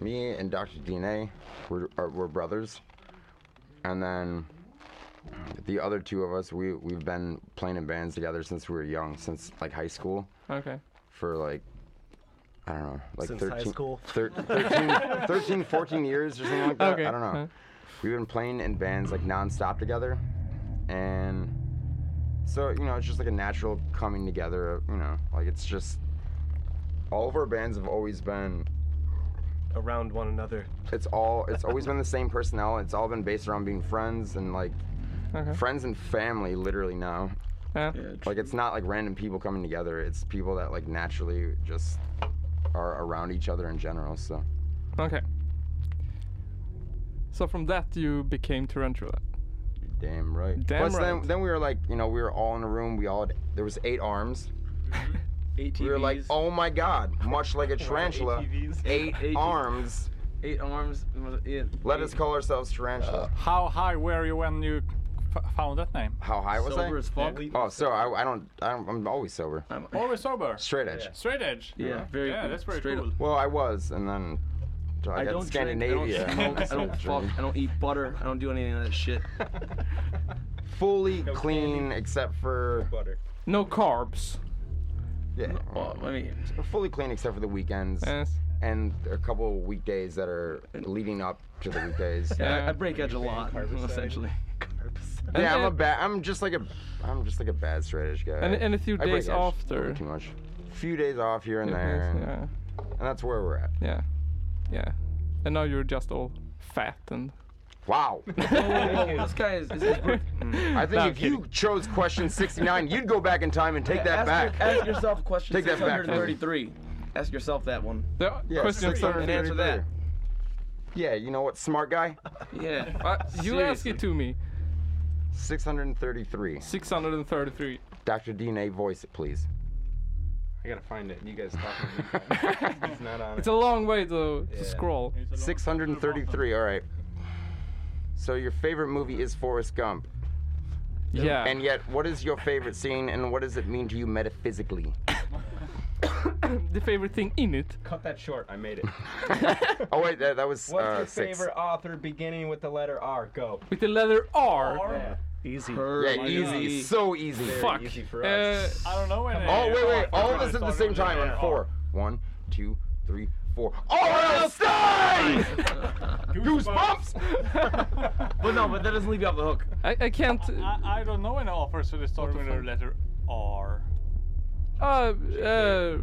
Speaker 2: me and Dr. DNA, we're, are, we're brothers, and then the other two of us, we we've been playing in bands together since we were young, since like high school,
Speaker 1: Okay.
Speaker 2: for like. I don't know, like
Speaker 5: Since high
Speaker 2: 13,
Speaker 5: school?
Speaker 2: thir-
Speaker 5: *laughs*
Speaker 2: 13, 13, 14 years or something like that.
Speaker 1: Okay,
Speaker 2: I don't know.
Speaker 1: uh.
Speaker 2: We've been playing in bands like nonstop together, and so you know, it's just like a natural coming together. Of, you know, like it's just all of our bands have always been
Speaker 5: Around one another.
Speaker 2: it's all it's always been the same personnel it's all been based around being friends and like
Speaker 1: Okay.
Speaker 2: friends and family literally now
Speaker 1: Yeah.
Speaker 4: yeah,
Speaker 2: like it's not like random people coming together it's people that like naturally just are around each other in general so
Speaker 1: Okay. So from that you became Tarantula.
Speaker 2: Damn right.
Speaker 1: Damn
Speaker 2: Plus, then,
Speaker 1: right.
Speaker 2: then we were like, you know, we were all in a room. We all had, there was eight arms.
Speaker 4: Eight
Speaker 2: We were like,
Speaker 4: TVs,
Speaker 2: oh my god, much
Speaker 4: *laughs*
Speaker 2: like a tarantula, eight
Speaker 4: Eight-
Speaker 2: arms.
Speaker 4: eight arms. and was- yeah,
Speaker 2: Let
Speaker 4: eight-
Speaker 2: us call ourselves
Speaker 4: Uh,
Speaker 2: tarantula.
Speaker 3: How high were you when you f- found that name?
Speaker 2: How high was
Speaker 4: sober as
Speaker 2: I?
Speaker 4: fuck.
Speaker 5: Yeah.
Speaker 2: Oh, so I, I don't, I don't, I'm always sober.
Speaker 4: I'm-
Speaker 3: Always sober.
Speaker 2: Straight edge.
Speaker 3: Straight edge.
Speaker 4: *laughs* Yeah, very.
Speaker 3: Oh, Yeah, that's very
Speaker 4: straight
Speaker 3: cool.
Speaker 4: Up.
Speaker 2: Well, I was, and then so I,
Speaker 4: I
Speaker 2: got
Speaker 4: don't drink. I don't
Speaker 2: Scandinavia.
Speaker 4: smoke. I
Speaker 2: *laughs*
Speaker 4: don't fuck. I don't eat butter. I don't do any of that shit.
Speaker 2: Fully clean except for
Speaker 6: Butter.
Speaker 1: No carbs.
Speaker 2: yeah,
Speaker 4: Well, I mean,
Speaker 2: fully clean except for the weekends
Speaker 1: Yes.
Speaker 2: and a couple weekdays that are leading up to the weekdays. Yeah,
Speaker 4: yeah, I,
Speaker 1: Yeah.
Speaker 4: I break edge a lot,
Speaker 5: Carbicide.
Speaker 4: essentially. *laughs*
Speaker 5: Herbicide.
Speaker 1: And-
Speaker 2: I'm a
Speaker 1: and-
Speaker 2: bad. I'm just like a. I'm just like a bad straight edge guy.
Speaker 1: And- and a few
Speaker 2: I break
Speaker 1: days
Speaker 2: edge a little
Speaker 1: after.
Speaker 2: Too much. Few days off here and there, and,
Speaker 1: Yeah.
Speaker 2: and that's where we're at.
Speaker 1: Yeah. Yeah. And now you're just all fat
Speaker 2: *laughs*
Speaker 1: and.
Speaker 2: Wow.
Speaker 1: *laughs*
Speaker 4: Oh, this guy is. is, is
Speaker 2: Mm. I think
Speaker 1: No, I'm
Speaker 2: if you chose question 69, you'd go back in time and take that
Speaker 4: ask,
Speaker 2: back.
Speaker 4: Your, ask yourself question
Speaker 2: Take that back,
Speaker 4: 633. ask yourself that one.
Speaker 1: The
Speaker 2: Yeah,
Speaker 1: question is,
Speaker 4: And answer that.
Speaker 2: 633. Yeah, you know what, smart guy?
Speaker 4: Yeah.
Speaker 1: uh, you ask
Speaker 4: Seriously.
Speaker 1: it to me.
Speaker 2: 633.
Speaker 1: 633.
Speaker 2: Dr. DNA, voice
Speaker 1: *laughs*
Speaker 2: it, please.
Speaker 6: I gotta find it. *laughs* You guys talk.
Speaker 5: *laughs*
Speaker 6: He's not on
Speaker 1: It's
Speaker 6: it.
Speaker 1: a long way to, to scroll.
Speaker 2: 633, all right. So your favorite movie is Forrest Gump.
Speaker 1: Yeah.
Speaker 2: And yet, what is your favorite scene and what does it mean to you metaphysically?
Speaker 1: the favorite thing in it.
Speaker 6: Cut that short. I
Speaker 5: *laughs*
Speaker 6: made it.
Speaker 2: Oh, wait, that, that was
Speaker 6: What's
Speaker 2: uh,
Speaker 6: your
Speaker 2: six.
Speaker 6: favorite author beginning with the letter R? Go.
Speaker 1: With the letter R.
Speaker 6: Yeah.
Speaker 5: Easy.
Speaker 2: Yeah, easy. So easy.
Speaker 1: Fuck.
Speaker 6: easy for
Speaker 1: Uh,
Speaker 6: us.
Speaker 3: I don't know any.
Speaker 2: Oh, wait, wait.
Speaker 3: I
Speaker 2: All of
Speaker 3: forgot
Speaker 2: us at the
Speaker 3: started
Speaker 2: same
Speaker 3: with
Speaker 2: time
Speaker 3: R.
Speaker 2: on four. One, two, three, four. All else die! Goosebumps!
Speaker 3: *laughs*
Speaker 4: But no, but that doesn't leave you off the hook.
Speaker 1: I, I can't. Uh,
Speaker 3: I, I don't know any offers for the start with the letter R.
Speaker 1: uh, uh,
Speaker 4: Yeah,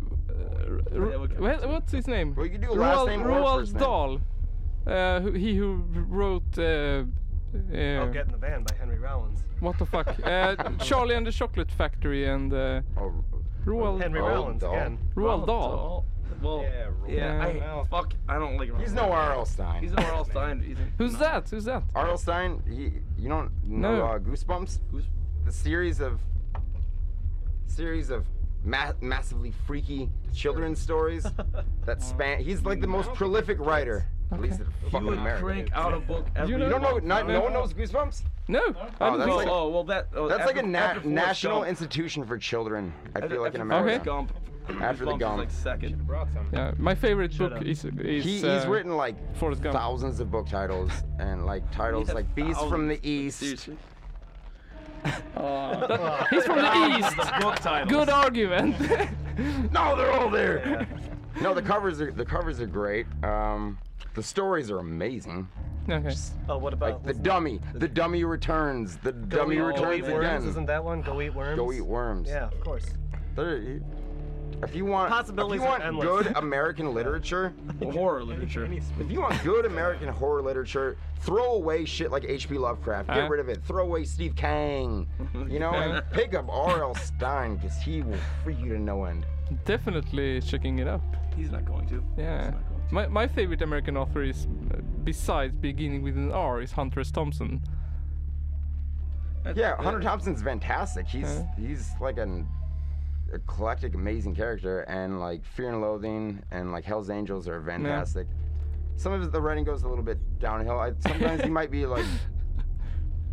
Speaker 4: we
Speaker 1: Ru-
Speaker 4: can-
Speaker 1: well, what's his name?
Speaker 2: Well, you can do last
Speaker 1: Roald-
Speaker 2: name or
Speaker 1: Roald
Speaker 2: first name.
Speaker 1: Dahl. Uh, who, he who wrote. Uh, uh,
Speaker 5: Oh, Get in the Van by Henry Rollins.
Speaker 1: What the fuck? Uh, Charlie and the Chocolate Factory and uh,
Speaker 2: Oh,
Speaker 1: Roald,
Speaker 5: Henry
Speaker 2: Oh,
Speaker 5: Rollins
Speaker 2: dog.
Speaker 5: again.
Speaker 1: Roald Dahl.
Speaker 4: Well,
Speaker 6: Yeah,
Speaker 4: yeah,
Speaker 6: Roald
Speaker 4: I,
Speaker 6: Dahl.
Speaker 4: fuck, I don't like Roald
Speaker 2: he's
Speaker 4: Dahl.
Speaker 2: no R.L. Stein.
Speaker 4: He's no Earl Stein. He's a-
Speaker 1: Who's
Speaker 4: no.
Speaker 1: that? Who's that?
Speaker 2: R.L. Stein, he, you don't know
Speaker 1: No.
Speaker 2: uh, Goosebumps?
Speaker 4: Who's,
Speaker 2: The series of series of ma- massively freaky children's stories that span. He's like the most prolific writer, at least in
Speaker 4: you
Speaker 2: fucking
Speaker 4: would
Speaker 2: America.
Speaker 4: crank out a book every
Speaker 1: You
Speaker 2: You don't know? Not, no
Speaker 1: No.
Speaker 2: one knows Goosebumps.
Speaker 1: No, I
Speaker 2: Oh,
Speaker 1: don't
Speaker 2: that's
Speaker 1: think
Speaker 4: Oh,
Speaker 2: like-
Speaker 1: so.
Speaker 4: oh, well, that. Oh,
Speaker 2: That's like a
Speaker 4: after-
Speaker 2: na-
Speaker 4: after Forrest
Speaker 2: national
Speaker 4: Gump.
Speaker 2: institution for children. I feel like in
Speaker 4: After Forrest
Speaker 2: America.
Speaker 4: Gump,
Speaker 2: After the
Speaker 4: Goosebumps is
Speaker 2: Gump.
Speaker 4: like second.
Speaker 6: Brought some.
Speaker 1: Yeah, my favorite book
Speaker 4: up.
Speaker 1: is is
Speaker 2: He,
Speaker 1: uh,
Speaker 2: he's written like
Speaker 1: Forrest Gump.
Speaker 2: thousands of book titles and like titles
Speaker 4: Yeah,
Speaker 2: like Beast from the
Speaker 4: thousands.
Speaker 2: East.
Speaker 4: Seriously. Uh,
Speaker 1: He's from the east. Good argument. *laughs*
Speaker 2: No, they're all there. no, the covers are the covers are great. Um, the stories are amazing.
Speaker 1: okay.
Speaker 5: *laughs* Oh, what
Speaker 2: Like
Speaker 5: about
Speaker 2: the dummy, the dummy returns, the
Speaker 5: Go
Speaker 2: dummy
Speaker 5: Eat- Go
Speaker 2: returns
Speaker 5: Eat Worms? Isn't
Speaker 2: again.
Speaker 5: that one? Go eat worms.
Speaker 2: Go eat worms.
Speaker 5: Yeah, of course.
Speaker 2: They're- if you want,
Speaker 5: Possibilities
Speaker 2: if you
Speaker 5: are
Speaker 2: want
Speaker 5: endless.
Speaker 2: good American literature,
Speaker 4: horror literature.
Speaker 2: if you want good American horror literature, throw away shit like H.P. Lovecraft. Get
Speaker 1: Uh-huh.
Speaker 2: rid of it. Throw away Steve Kang. You know, and pick up R.L. Stein because he will freak you to no end.
Speaker 1: Definitely checking it up.
Speaker 4: He's not going to. He's
Speaker 1: Yeah.
Speaker 4: not going to.
Speaker 1: My, my favorite American author is, uh, besides beginning with an R, is Hunter S. Thompson.
Speaker 4: That's-
Speaker 2: Yeah, Hunter
Speaker 4: uh,
Speaker 2: Thompson's fantastic. He's
Speaker 1: Yeah.
Speaker 2: he's like an eclectic, amazing character, and like Fear and Loathing and like Hell's Angels are fantastic. Some of the writing goes a little bit downhill. I, sometimes he might be like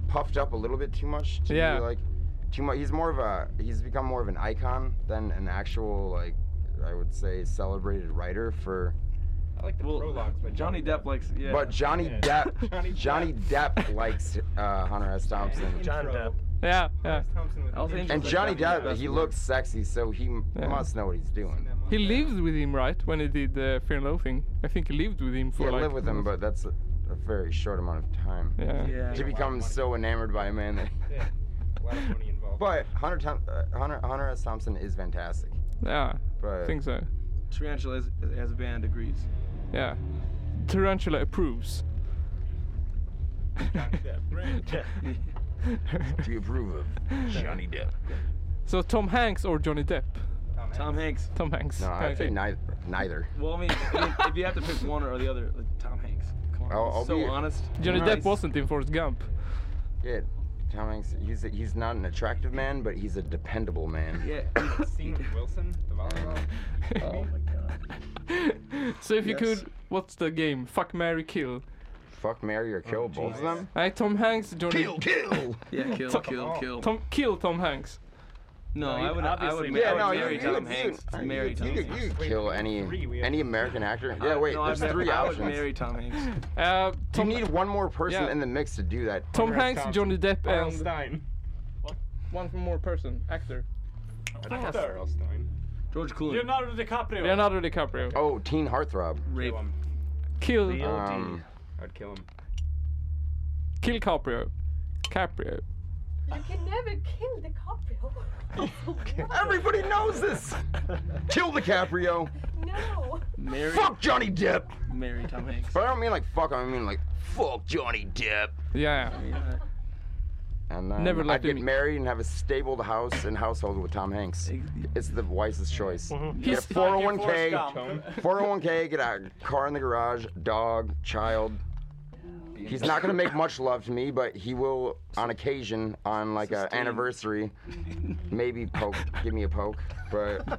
Speaker 2: puffed up a little bit too much. To be,
Speaker 1: Yeah.
Speaker 2: like too much. He's more of a he's become more of an icon than an actual like I would say celebrated writer for.
Speaker 6: I like the
Speaker 4: Well,
Speaker 6: prologues, but
Speaker 4: Johnny Depp likes. Yeah.
Speaker 2: But Johnny Depp, Johnny,
Speaker 6: Johnny
Speaker 2: Depp likes uh, Hunter S. Thompson.
Speaker 5: John Depp.
Speaker 1: Yeah, yeah.
Speaker 6: Thompson with
Speaker 4: I was
Speaker 6: the
Speaker 4: interested-
Speaker 2: And
Speaker 4: Like
Speaker 2: Johnny
Speaker 4: Johnny
Speaker 2: Depp,
Speaker 4: Depp.
Speaker 2: he looks sexy, so he m
Speaker 1: Yeah.
Speaker 2: must know what he's doing.
Speaker 1: He lived with him, right, when he did uh, Fear and Loathing. I think he lived with him for
Speaker 2: Yeah,
Speaker 1: like.
Speaker 2: live with him, but that's a, a very short amount of time.
Speaker 1: Yeah.
Speaker 4: Yeah.
Speaker 2: He becomes so enamored by a man that.
Speaker 6: Yeah, a lot of money involved.
Speaker 2: *laughs* But Hunter, Tom, uh, Hunter, Hunter S. Thompson is fantastic.
Speaker 1: Yeah.
Speaker 2: But
Speaker 1: I think so.
Speaker 4: Tarantula has, has a band agrees.
Speaker 1: Yeah. Tarantula
Speaker 4: *laughs*
Speaker 1: approves.
Speaker 2: do you approve of Johnny Depp?
Speaker 1: so Tom Hanks or Johnny Depp?
Speaker 4: Tom Hanks.
Speaker 1: Tom Hanks.
Speaker 2: No, I would say
Speaker 1: Okay.
Speaker 2: neither. Neither.
Speaker 4: Well, I mean, I mean, if you have to pick one or the other, like Tom Hanks. Come on.
Speaker 2: I'll-
Speaker 4: he's
Speaker 2: I'll
Speaker 4: so
Speaker 2: be-
Speaker 4: honest.
Speaker 1: Johnny
Speaker 4: Nice.
Speaker 1: Depp wasn't in Forrest Gump.
Speaker 2: Yeah. Tom Hanks. He's a, he's not an attractive man, but he's a dependable man.
Speaker 4: *laughs*
Speaker 6: Yeah. Seen Wilson, the volleyball.
Speaker 5: Oh my god.
Speaker 1: *laughs* so if you
Speaker 5: Yes.
Speaker 1: could, what's the game? Fuck, Mary, kill.
Speaker 2: Fuck, marry, or
Speaker 4: Oh,
Speaker 2: kill both of them.
Speaker 1: Hey, Tom Hanks, Johnny.
Speaker 2: kill.
Speaker 4: Yeah, kill,
Speaker 1: Tom-
Speaker 4: kill, kill.
Speaker 1: Tom, kill Tom Hanks.
Speaker 4: No, I would. I
Speaker 6: obviously
Speaker 4: would.
Speaker 6: marry-
Speaker 4: I
Speaker 2: Yeah,
Speaker 4: would
Speaker 2: no,
Speaker 4: marry
Speaker 2: you,
Speaker 4: Tom
Speaker 2: you,
Speaker 4: Hanks.
Speaker 2: You,
Speaker 4: marry
Speaker 2: you,
Speaker 4: Tom
Speaker 2: you,
Speaker 4: Hanks.
Speaker 2: You could kill any
Speaker 6: three, we have-
Speaker 2: any American actor. Yeah, wait.
Speaker 4: No,
Speaker 2: there's
Speaker 4: I'd,
Speaker 2: three
Speaker 4: I would
Speaker 2: options.
Speaker 4: marry Tom Hanks.
Speaker 1: Uh,
Speaker 2: you
Speaker 1: Tom,
Speaker 2: need one more person
Speaker 1: Yeah.
Speaker 2: in the mix to do that.
Speaker 1: Tom Hanks, Johnny Depp,
Speaker 6: Arl
Speaker 1: and
Speaker 6: Stein.
Speaker 1: one more person, actor.
Speaker 3: Faster.
Speaker 6: Arl Stein.
Speaker 4: George Clooney.
Speaker 3: Leonardo DiCaprio.
Speaker 1: Leonardo DiCaprio.
Speaker 2: Oh, teen heartthrob.
Speaker 4: Rape.
Speaker 6: Kill him.
Speaker 1: Kill,
Speaker 4: Leo. Oh,
Speaker 2: Um,
Speaker 6: I'd kill him.
Speaker 1: kill Caprio. Caprio.
Speaker 7: You can never kill the copy.
Speaker 2: everybody knows this. Kill DiCaprio.
Speaker 7: no.
Speaker 4: Marry.
Speaker 2: Fuck Johnny Depp.
Speaker 4: Marry Tom Hanks.
Speaker 2: But I don't mean like fuck. I mean like fuck Johnny Depp.
Speaker 1: Yeah.
Speaker 4: Yeah,
Speaker 2: And then
Speaker 1: Never
Speaker 2: I'd
Speaker 1: left
Speaker 2: get
Speaker 1: him-
Speaker 2: married and have a stable house and household with Tom Hanks.
Speaker 4: Ex-
Speaker 2: It's the wisest choice.
Speaker 4: Mm-hmm.
Speaker 2: Get a
Speaker 1: He's-
Speaker 3: Forrest
Speaker 2: 401k,
Speaker 3: Gump.
Speaker 2: 401k, get a car in the garage, dog, child. He's not gonna make much love to me, but he will, on occasion, on like an
Speaker 4: Sustain.
Speaker 2: anniversary, maybe poke, give me a poke. But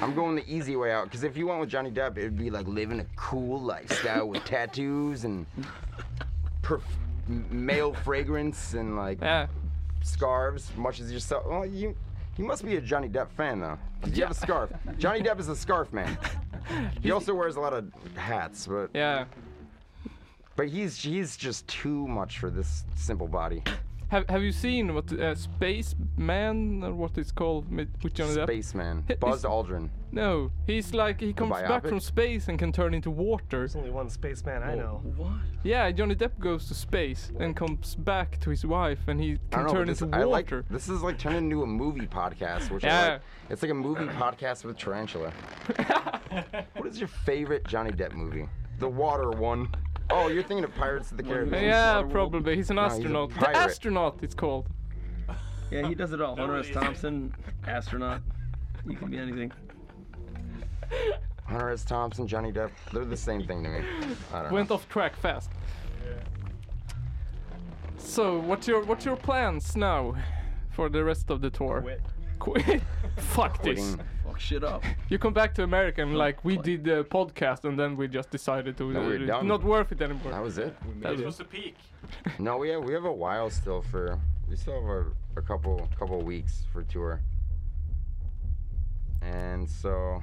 Speaker 2: I'm going the easy way out, because if you went with Johnny Depp, it'd be like living a cool lifestyle with tattoos and perf- m- male fragrance and like
Speaker 1: Yeah.
Speaker 2: scarves much as yourself. Well, you you must be a Johnny Depp fan though. 'cause You have a scarf. Johnny Depp is a
Speaker 1: *laughs*
Speaker 2: scarf man. He also wears a lot of hats, but
Speaker 1: Yeah.
Speaker 2: but he's he's just too much for this simple body.
Speaker 1: Have Have you seen what uh, Space Man or what it's called with with Johnny Depp?
Speaker 2: Spaceman,
Speaker 1: Hit
Speaker 2: Buzz
Speaker 1: this-
Speaker 2: Aldrin.
Speaker 1: No, he's like he comes back
Speaker 2: biopic?
Speaker 1: from space and can turn into water.
Speaker 5: There's only one spaceman I know.
Speaker 4: What?
Speaker 1: Yeah, Johnny Depp goes to space and comes back to his wife, and he
Speaker 2: I
Speaker 1: can
Speaker 2: don't know,
Speaker 1: turn
Speaker 2: but this,
Speaker 1: into
Speaker 2: I like-
Speaker 1: water.
Speaker 2: this is like turning into a movie podcast, which I
Speaker 1: Yeah.
Speaker 2: like. It's like a movie podcast
Speaker 1: *laughs*
Speaker 2: with tarantula. what is your favorite Johnny Depp movie? The water one. Oh, you're thinking of Pirates of the Caribbean.
Speaker 1: yeah, probably. He's an
Speaker 2: No, he's a
Speaker 1: astronaut.
Speaker 2: pirate.
Speaker 1: the astronaut, it's called.
Speaker 4: Yeah, he does it all. Hunter S.
Speaker 3: Nobody's-
Speaker 4: Thompson, astronaut. You can be anything.
Speaker 2: Hunter S. Thompson, Johnny Depp, they're the same thing to me. I don't
Speaker 1: Went
Speaker 2: know.
Speaker 1: off track fast. So, what's your what's your plans now for the rest of the tour?
Speaker 6: Quit.
Speaker 1: *laughs* Quit. Fuck this.
Speaker 2: Quitting.
Speaker 4: Fuck shit up.
Speaker 1: You come back to America and like we did the podcast and then we just decided to
Speaker 2: No,
Speaker 1: uh,
Speaker 2: we're
Speaker 1: it's
Speaker 2: done.
Speaker 1: not worth it anymore.
Speaker 2: That was it.
Speaker 1: That
Speaker 3: It
Speaker 1: was-
Speaker 3: was the *laughs* peak.
Speaker 2: No, we have we have a while still for we still have a, a couple couple weeks for tour. And so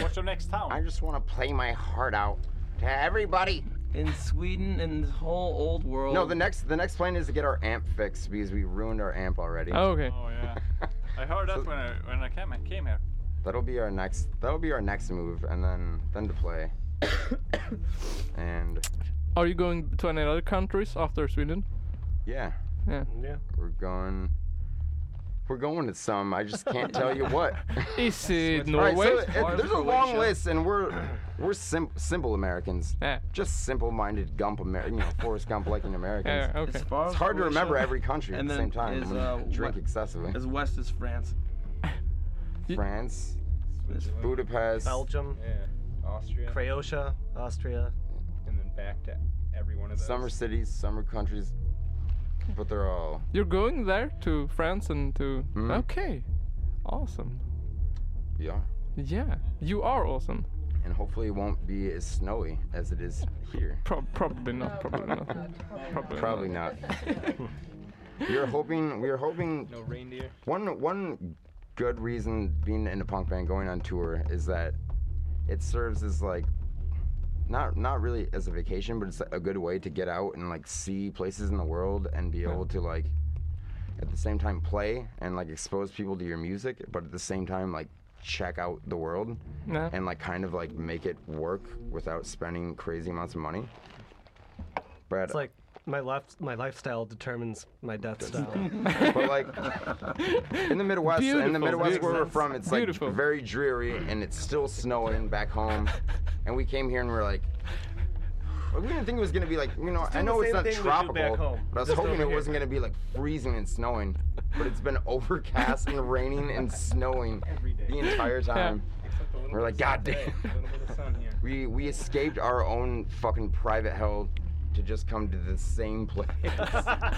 Speaker 3: What's your next town?
Speaker 2: I just want to play my heart out to everybody.
Speaker 4: In Sweden and the whole old world.
Speaker 2: No, the next the next plan is to get our amp fixed because we ruined our amp already.
Speaker 1: Oh, okay.
Speaker 3: Oh yeah. I heard that when I when I came came here.
Speaker 2: *laughs* That'll be our next that'll be our next move and then then to play. and
Speaker 1: Are you going to any other countries after Sweden?
Speaker 2: yeah.
Speaker 1: Yeah.
Speaker 5: Yeah.
Speaker 2: We're going. We're going to some. I just can't tell you what.
Speaker 1: Is it
Speaker 2: All right, so
Speaker 1: Norway?
Speaker 2: it- there's a long list, and we're we're sim- simple Americans.
Speaker 1: Yeah.
Speaker 2: Just simple-minded Gump Amer- you know, Forrest Gump liking Americans.
Speaker 1: Yeah, okay.
Speaker 4: As far
Speaker 2: It's
Speaker 4: as
Speaker 2: hard to remember
Speaker 4: Croatia
Speaker 2: every country at
Speaker 4: and
Speaker 2: the
Speaker 4: then
Speaker 2: same time.
Speaker 4: is,
Speaker 2: when you
Speaker 4: uh,
Speaker 2: drink
Speaker 4: what-
Speaker 2: excessively.
Speaker 4: As west as France.
Speaker 2: France,
Speaker 4: As-
Speaker 2: Budapest.
Speaker 5: Belgium,
Speaker 6: Yeah. Austria.
Speaker 5: Croatia, Austria.
Speaker 6: and then back to every one of those.
Speaker 2: Summer cities, summer countries, but they're all
Speaker 1: You're going there to France and to.
Speaker 2: Mhm.
Speaker 1: Okay. Awesome.
Speaker 2: yeah.
Speaker 1: Yeah. You are awesome.
Speaker 2: And hopefully, it won't be as snowy as it is here.
Speaker 1: Pro- probably not. Probably not. Probably,
Speaker 2: Probably
Speaker 1: not.
Speaker 2: not. we are hoping. We are hoping
Speaker 6: No reindeer.
Speaker 2: One one good reason being in a punk band going on tour is that it serves as like not not really as a vacation, but it's a good way to get out and like see places in the world and be able to like at the same time play and like expose people to your music, but at the same time like check out the world
Speaker 1: Nah.
Speaker 2: and like kind of like make it work without spending crazy amounts of money. But
Speaker 5: It's like my left, my lifestyle determines my
Speaker 2: *laughs*
Speaker 5: death style.
Speaker 2: but like in the Midwest, in
Speaker 1: Beautiful,
Speaker 2: the Midwest where we're
Speaker 1: beautiful.
Speaker 2: from, it's like
Speaker 1: Beautiful.
Speaker 2: very dreary and it's still snowing back home. And we came here and we are like, we didn't think it was gonna be like, you know,
Speaker 5: do
Speaker 2: I know
Speaker 5: the
Speaker 2: it's
Speaker 5: same
Speaker 2: not
Speaker 5: thing we do back
Speaker 2: tropical,
Speaker 5: home,
Speaker 2: but I was
Speaker 5: just
Speaker 2: hoping
Speaker 5: over
Speaker 2: it
Speaker 5: here.
Speaker 2: wasn't gonna be like freezing and snowing. But it's been *laughs* overcast and raining and snowing
Speaker 6: Every day.
Speaker 2: the entire time.
Speaker 6: Except a little
Speaker 2: We're
Speaker 6: bit
Speaker 2: like,
Speaker 6: of
Speaker 2: "God
Speaker 6: sun today,
Speaker 2: damn."
Speaker 6: A little bit of sun here.
Speaker 2: We we escaped our own fucking private hell to just come to the same place.
Speaker 1: *laughs*
Speaker 5: *laughs*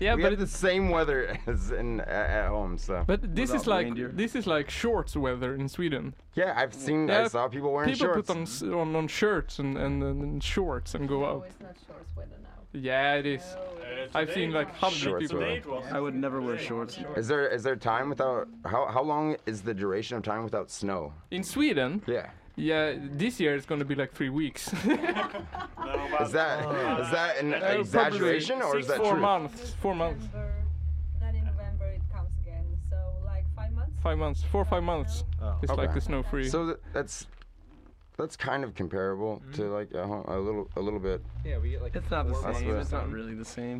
Speaker 1: yeah,
Speaker 2: we
Speaker 1: but
Speaker 2: have the
Speaker 1: it's
Speaker 2: same weather *laughs* as in a- at home, so.
Speaker 1: but this is
Speaker 4: without
Speaker 1: like
Speaker 4: reindeer.
Speaker 1: this is like shorts weather in Sweden.
Speaker 2: yeah, I've seen. I
Speaker 1: Yeah,
Speaker 2: saw people wearing
Speaker 1: People
Speaker 2: shorts.
Speaker 1: put on, s- on on shirts and, and, and, and shorts and go
Speaker 7: No,
Speaker 1: out.
Speaker 7: Oh, it's not shorts weather now.
Speaker 1: Yeah, it is.
Speaker 7: No, it is.
Speaker 3: Uh,
Speaker 1: I've seen
Speaker 3: today-
Speaker 1: like hundred
Speaker 2: Shorts
Speaker 1: people.
Speaker 2: weather.
Speaker 3: Today it was.
Speaker 4: I would never wear shorts.
Speaker 2: Is there is there time without how how long is the duration of time without snow?
Speaker 1: In Sweden,
Speaker 2: Yeah.
Speaker 1: yeah, this year it's gonna be like three weeks. *laughs*
Speaker 3: No, but
Speaker 2: Is that is that an
Speaker 3: probably
Speaker 2: exaggeration or
Speaker 1: Uh, six,
Speaker 2: is that
Speaker 1: four
Speaker 2: true?
Speaker 1: months? Four months.
Speaker 7: November, then in November it comes again. So like five months.
Speaker 1: Five months. Four five months.
Speaker 5: Oh.
Speaker 1: It's like
Speaker 2: Okay.
Speaker 1: the snow free.
Speaker 2: So th- that's that's kind of comparable
Speaker 1: Mm-hmm.
Speaker 2: to like a, ho- a little a little bit,
Speaker 6: Yeah, we get like.
Speaker 4: It's not the
Speaker 6: four months
Speaker 4: same.
Speaker 2: what
Speaker 6: or
Speaker 2: I
Speaker 4: It's not
Speaker 6: something.
Speaker 4: really the same.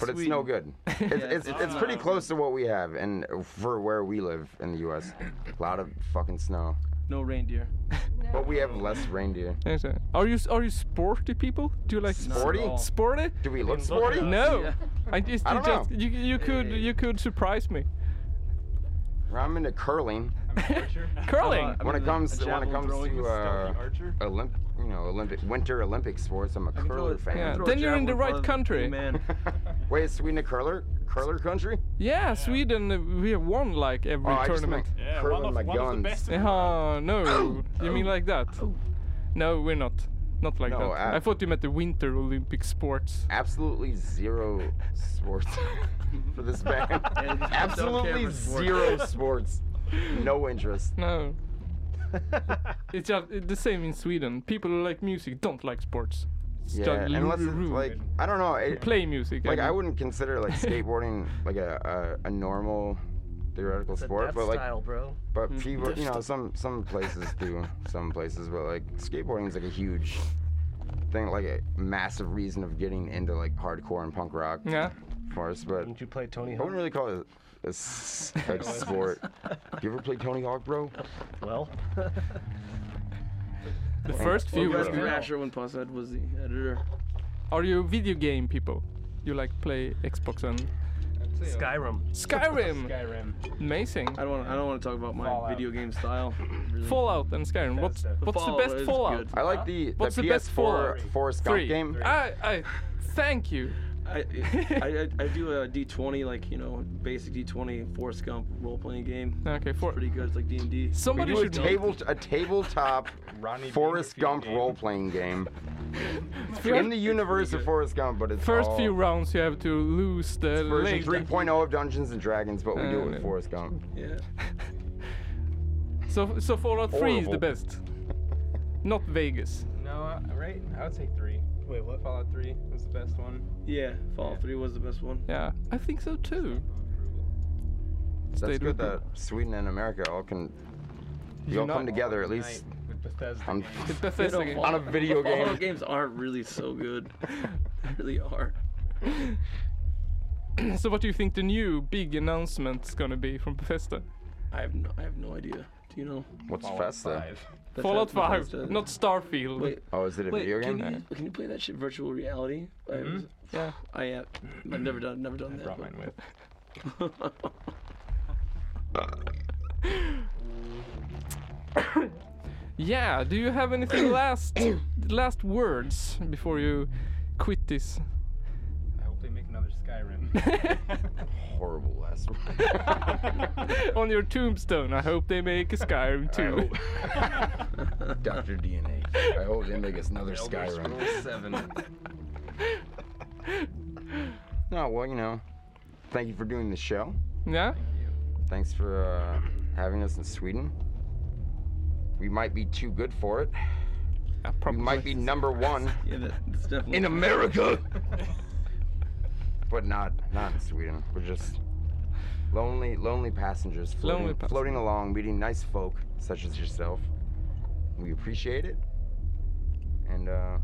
Speaker 2: but it's no
Speaker 4: Sweden.
Speaker 1: *laughs*
Speaker 2: good. It's it's, it's,
Speaker 3: it's
Speaker 2: pretty
Speaker 3: not.
Speaker 2: close to what we have and for where we live in the U.S. A lot of fucking snow,
Speaker 4: No reindeer.
Speaker 7: No.
Speaker 2: but we have less reindeer.
Speaker 1: Yes, uh, Are you s- are you sporty people? Do you like
Speaker 4: Not at
Speaker 2: Sporty?
Speaker 4: all.
Speaker 1: sporty?
Speaker 2: Do we look
Speaker 3: can look
Speaker 2: sporty?
Speaker 3: it up.
Speaker 1: No.
Speaker 4: Yeah.
Speaker 1: I just,
Speaker 2: I
Speaker 1: you,
Speaker 2: don't
Speaker 1: just
Speaker 2: know. Eh.
Speaker 1: you, you could you could surprise me.
Speaker 2: I'm into curling.
Speaker 6: I'm an archer.
Speaker 1: Curling.
Speaker 4: Uh, I
Speaker 2: when
Speaker 4: mean,
Speaker 2: it comes
Speaker 4: a
Speaker 2: when it
Speaker 4: javelin
Speaker 2: comes
Speaker 4: throwing
Speaker 2: to
Speaker 4: is
Speaker 2: uh,
Speaker 6: Stocky archer.
Speaker 2: Olymp, you know, Olympic winter Olympic sports, I'm a
Speaker 4: can throw
Speaker 2: curler
Speaker 4: it-
Speaker 2: fan.
Speaker 1: Yeah.
Speaker 4: throw a
Speaker 1: Then you're in the
Speaker 4: javelin
Speaker 1: right
Speaker 4: above
Speaker 1: country.
Speaker 4: the Man.
Speaker 2: *laughs*
Speaker 4: *laughs*
Speaker 2: Wait, is Sweden a curler curler country?
Speaker 1: yeah, Sweden. uh, We have won like every
Speaker 2: Oh, I just
Speaker 1: tournament.
Speaker 2: meant
Speaker 3: Yeah,
Speaker 2: curling
Speaker 3: one of,
Speaker 2: my
Speaker 3: one of the
Speaker 2: guns.
Speaker 3: best. in the world.
Speaker 1: Oh
Speaker 2: *coughs*
Speaker 1: no! you mean like that? No, we're not. Not like
Speaker 2: Oh. No,
Speaker 1: that.
Speaker 2: uh,
Speaker 1: I thought you meant the winter Olympic sports.
Speaker 2: Absolutely zero sports for this band.
Speaker 4: Yeah, just
Speaker 2: Absolutely
Speaker 4: camera sports.
Speaker 2: zero sports. No interest. *laughs*
Speaker 1: No. it's just it's the same in Sweden. People who like music don't like sports. It's just
Speaker 2: Yeah, unless it's
Speaker 1: rude.
Speaker 2: like I don't know. It,
Speaker 1: play music.
Speaker 2: like I
Speaker 1: mean.
Speaker 2: wouldn't consider like skateboarding like a a, a normal theoretical
Speaker 5: It's a
Speaker 2: sport,
Speaker 5: death
Speaker 2: but like
Speaker 5: style, bro.
Speaker 2: But
Speaker 1: Mm-hmm.
Speaker 2: people, you know, some some places do, some places, but like skateboarding is like a huge thing, like a massive reason of getting into like hardcore and punk rock.
Speaker 1: Yeah.
Speaker 2: For us, but
Speaker 5: Didn't you play Tony
Speaker 2: I wouldn't
Speaker 5: Hawk?
Speaker 2: really call it a, s-
Speaker 1: *laughs*
Speaker 2: like sport. You ever play Tony Hawk, bro?
Speaker 5: Well,
Speaker 1: The first few.
Speaker 4: Wes
Speaker 1: were good.
Speaker 4: Rasher when Posad was the editor.
Speaker 1: Are you video game people? You like play Xbox and
Speaker 6: I'd say, uh,
Speaker 5: Skyrim.
Speaker 1: Skyrim.
Speaker 6: Skyrim.
Speaker 1: Amazing.
Speaker 4: I don't. wanna- I don't want to talk about my
Speaker 6: Fallout.
Speaker 4: video
Speaker 2: *laughs*
Speaker 4: game style. Really.
Speaker 1: Fallout and Skyrim. What's
Speaker 6: Bethesda.
Speaker 1: what's the best
Speaker 4: is
Speaker 1: Fallout?
Speaker 4: good.
Speaker 2: I like the,
Speaker 1: What's the
Speaker 2: the
Speaker 1: best
Speaker 2: PS4
Speaker 1: Fallout?
Speaker 2: Forrest Gump
Speaker 1: Three.
Speaker 2: game.
Speaker 1: I I thank you.
Speaker 4: I, I, I, I do a D20 like you know basic D20 Forrest Gump role
Speaker 2: *laughs*
Speaker 4: playing game.
Speaker 1: Okay, for
Speaker 4: Pretty good. It's like D and D.
Speaker 2: We
Speaker 1: somebody
Speaker 2: do a
Speaker 1: should
Speaker 2: table a tabletop
Speaker 6: *laughs* Ronnie
Speaker 2: Forrest
Speaker 6: Dangerfield
Speaker 2: Gump
Speaker 6: game.
Speaker 2: role
Speaker 6: *laughs*
Speaker 2: playing game in
Speaker 1: first,
Speaker 2: the universe of Forrest Gump, but it's
Speaker 1: first
Speaker 2: all
Speaker 1: few rounds you have to lose the
Speaker 2: Oh. version
Speaker 1: leg.
Speaker 2: 3.0 of Dungeons and Dragons, but we do it
Speaker 1: Uh,
Speaker 2: with Forrest Gump.
Speaker 4: Yeah.
Speaker 1: So so Fallout 3 is the
Speaker 2: Horrible.
Speaker 1: best. Not Vegas.
Speaker 6: No, uh, right? I would say three.
Speaker 5: wait, what?
Speaker 6: Fallout 3 was the best one.
Speaker 4: Yeah. Fallout 3 was the best one.
Speaker 1: Yeah, I think so too.
Speaker 2: That's
Speaker 1: State
Speaker 2: good
Speaker 1: Reaper.
Speaker 2: that Sweden and America all can you all
Speaker 1: Unite.
Speaker 2: come together at least
Speaker 6: Night with Bethesda.
Speaker 2: on,
Speaker 1: The Bethesda game. *clears throat*
Speaker 2: on a video
Speaker 4: Fallout
Speaker 2: game.
Speaker 4: games aren't really so good. They really are.
Speaker 1: So what do you think the new big announcement's gonna be from Bethesda?
Speaker 4: I have no. I have no idea. Do you know?
Speaker 2: What's
Speaker 6: Fallout
Speaker 2: Festa?
Speaker 6: 5.
Speaker 4: That's
Speaker 1: Fallout
Speaker 4: how-
Speaker 1: 5,
Speaker 4: that's-
Speaker 1: not Starfield.
Speaker 4: Wait.
Speaker 2: Oh, is it a
Speaker 4: Wait,
Speaker 2: video
Speaker 4: can
Speaker 2: game?
Speaker 4: you can you play that shit virtual reality? I, was,
Speaker 1: Yeah.
Speaker 4: I have I've never done never done that.
Speaker 6: Brought mine with.
Speaker 4: but-
Speaker 1: Yeah, do you have
Speaker 2: *coughs*
Speaker 1: anything last last words before you quit this?
Speaker 6: I hope they make another Skyrim.
Speaker 2: *laughs* Horrible *laughs*
Speaker 4: *laughs*
Speaker 2: last
Speaker 1: *laughs*
Speaker 2: one.
Speaker 1: On your tombstone, I hope they make a Skyrim too.
Speaker 2: Dr. DNA. I hope they make us another Skyrim.
Speaker 6: 7.
Speaker 2: *laughs* No, well, you know, thank you for doing the show.
Speaker 1: *laughs* yeah?
Speaker 2: Thanks for uh, having us in Sweden. We might be too good for it.
Speaker 1: yeah
Speaker 2: We
Speaker 1: probably.
Speaker 2: might be number one
Speaker 4: yeah, that, that's definitely.
Speaker 2: in America, but not not in Sweden. We're just lonely, lonely passengers floating,
Speaker 1: Lonely pass-
Speaker 2: floating along, meeting nice folk such as yourself. We appreciate it, and uh,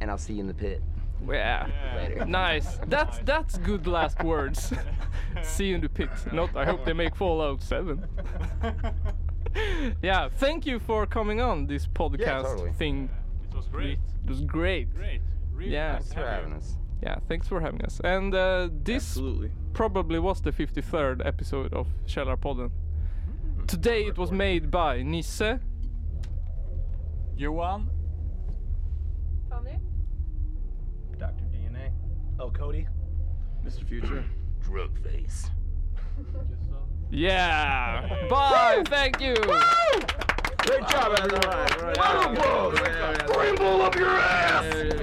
Speaker 2: and I'll see you in the pit
Speaker 1: Yeah.
Speaker 2: later.
Speaker 6: *laughs*
Speaker 1: Nice. That's that's good last words. *laughs* See you in the pit. Not I hope they make Fallout 7.
Speaker 6: *laughs*
Speaker 1: yeah, thank you for coming on this podcast
Speaker 2: totally.
Speaker 1: thing.
Speaker 3: It was great.
Speaker 1: It was great.
Speaker 3: Great. Really
Speaker 1: Yeah.
Speaker 3: nice
Speaker 2: Thanks for having us.
Speaker 1: Yeah, thanks for having us. And uh, this
Speaker 4: Absolutely.
Speaker 1: probably was the 53rd episode of Källarpodden. Today it was made by Nisse,
Speaker 3: Johan.
Speaker 7: Fanny?
Speaker 5: Oh, Cody.
Speaker 4: Mr. Future.
Speaker 2: Drug face.
Speaker 1: Yeah. Bye. Thank you.
Speaker 2: Great job, everyone. Wonderful. Scramble up your ass.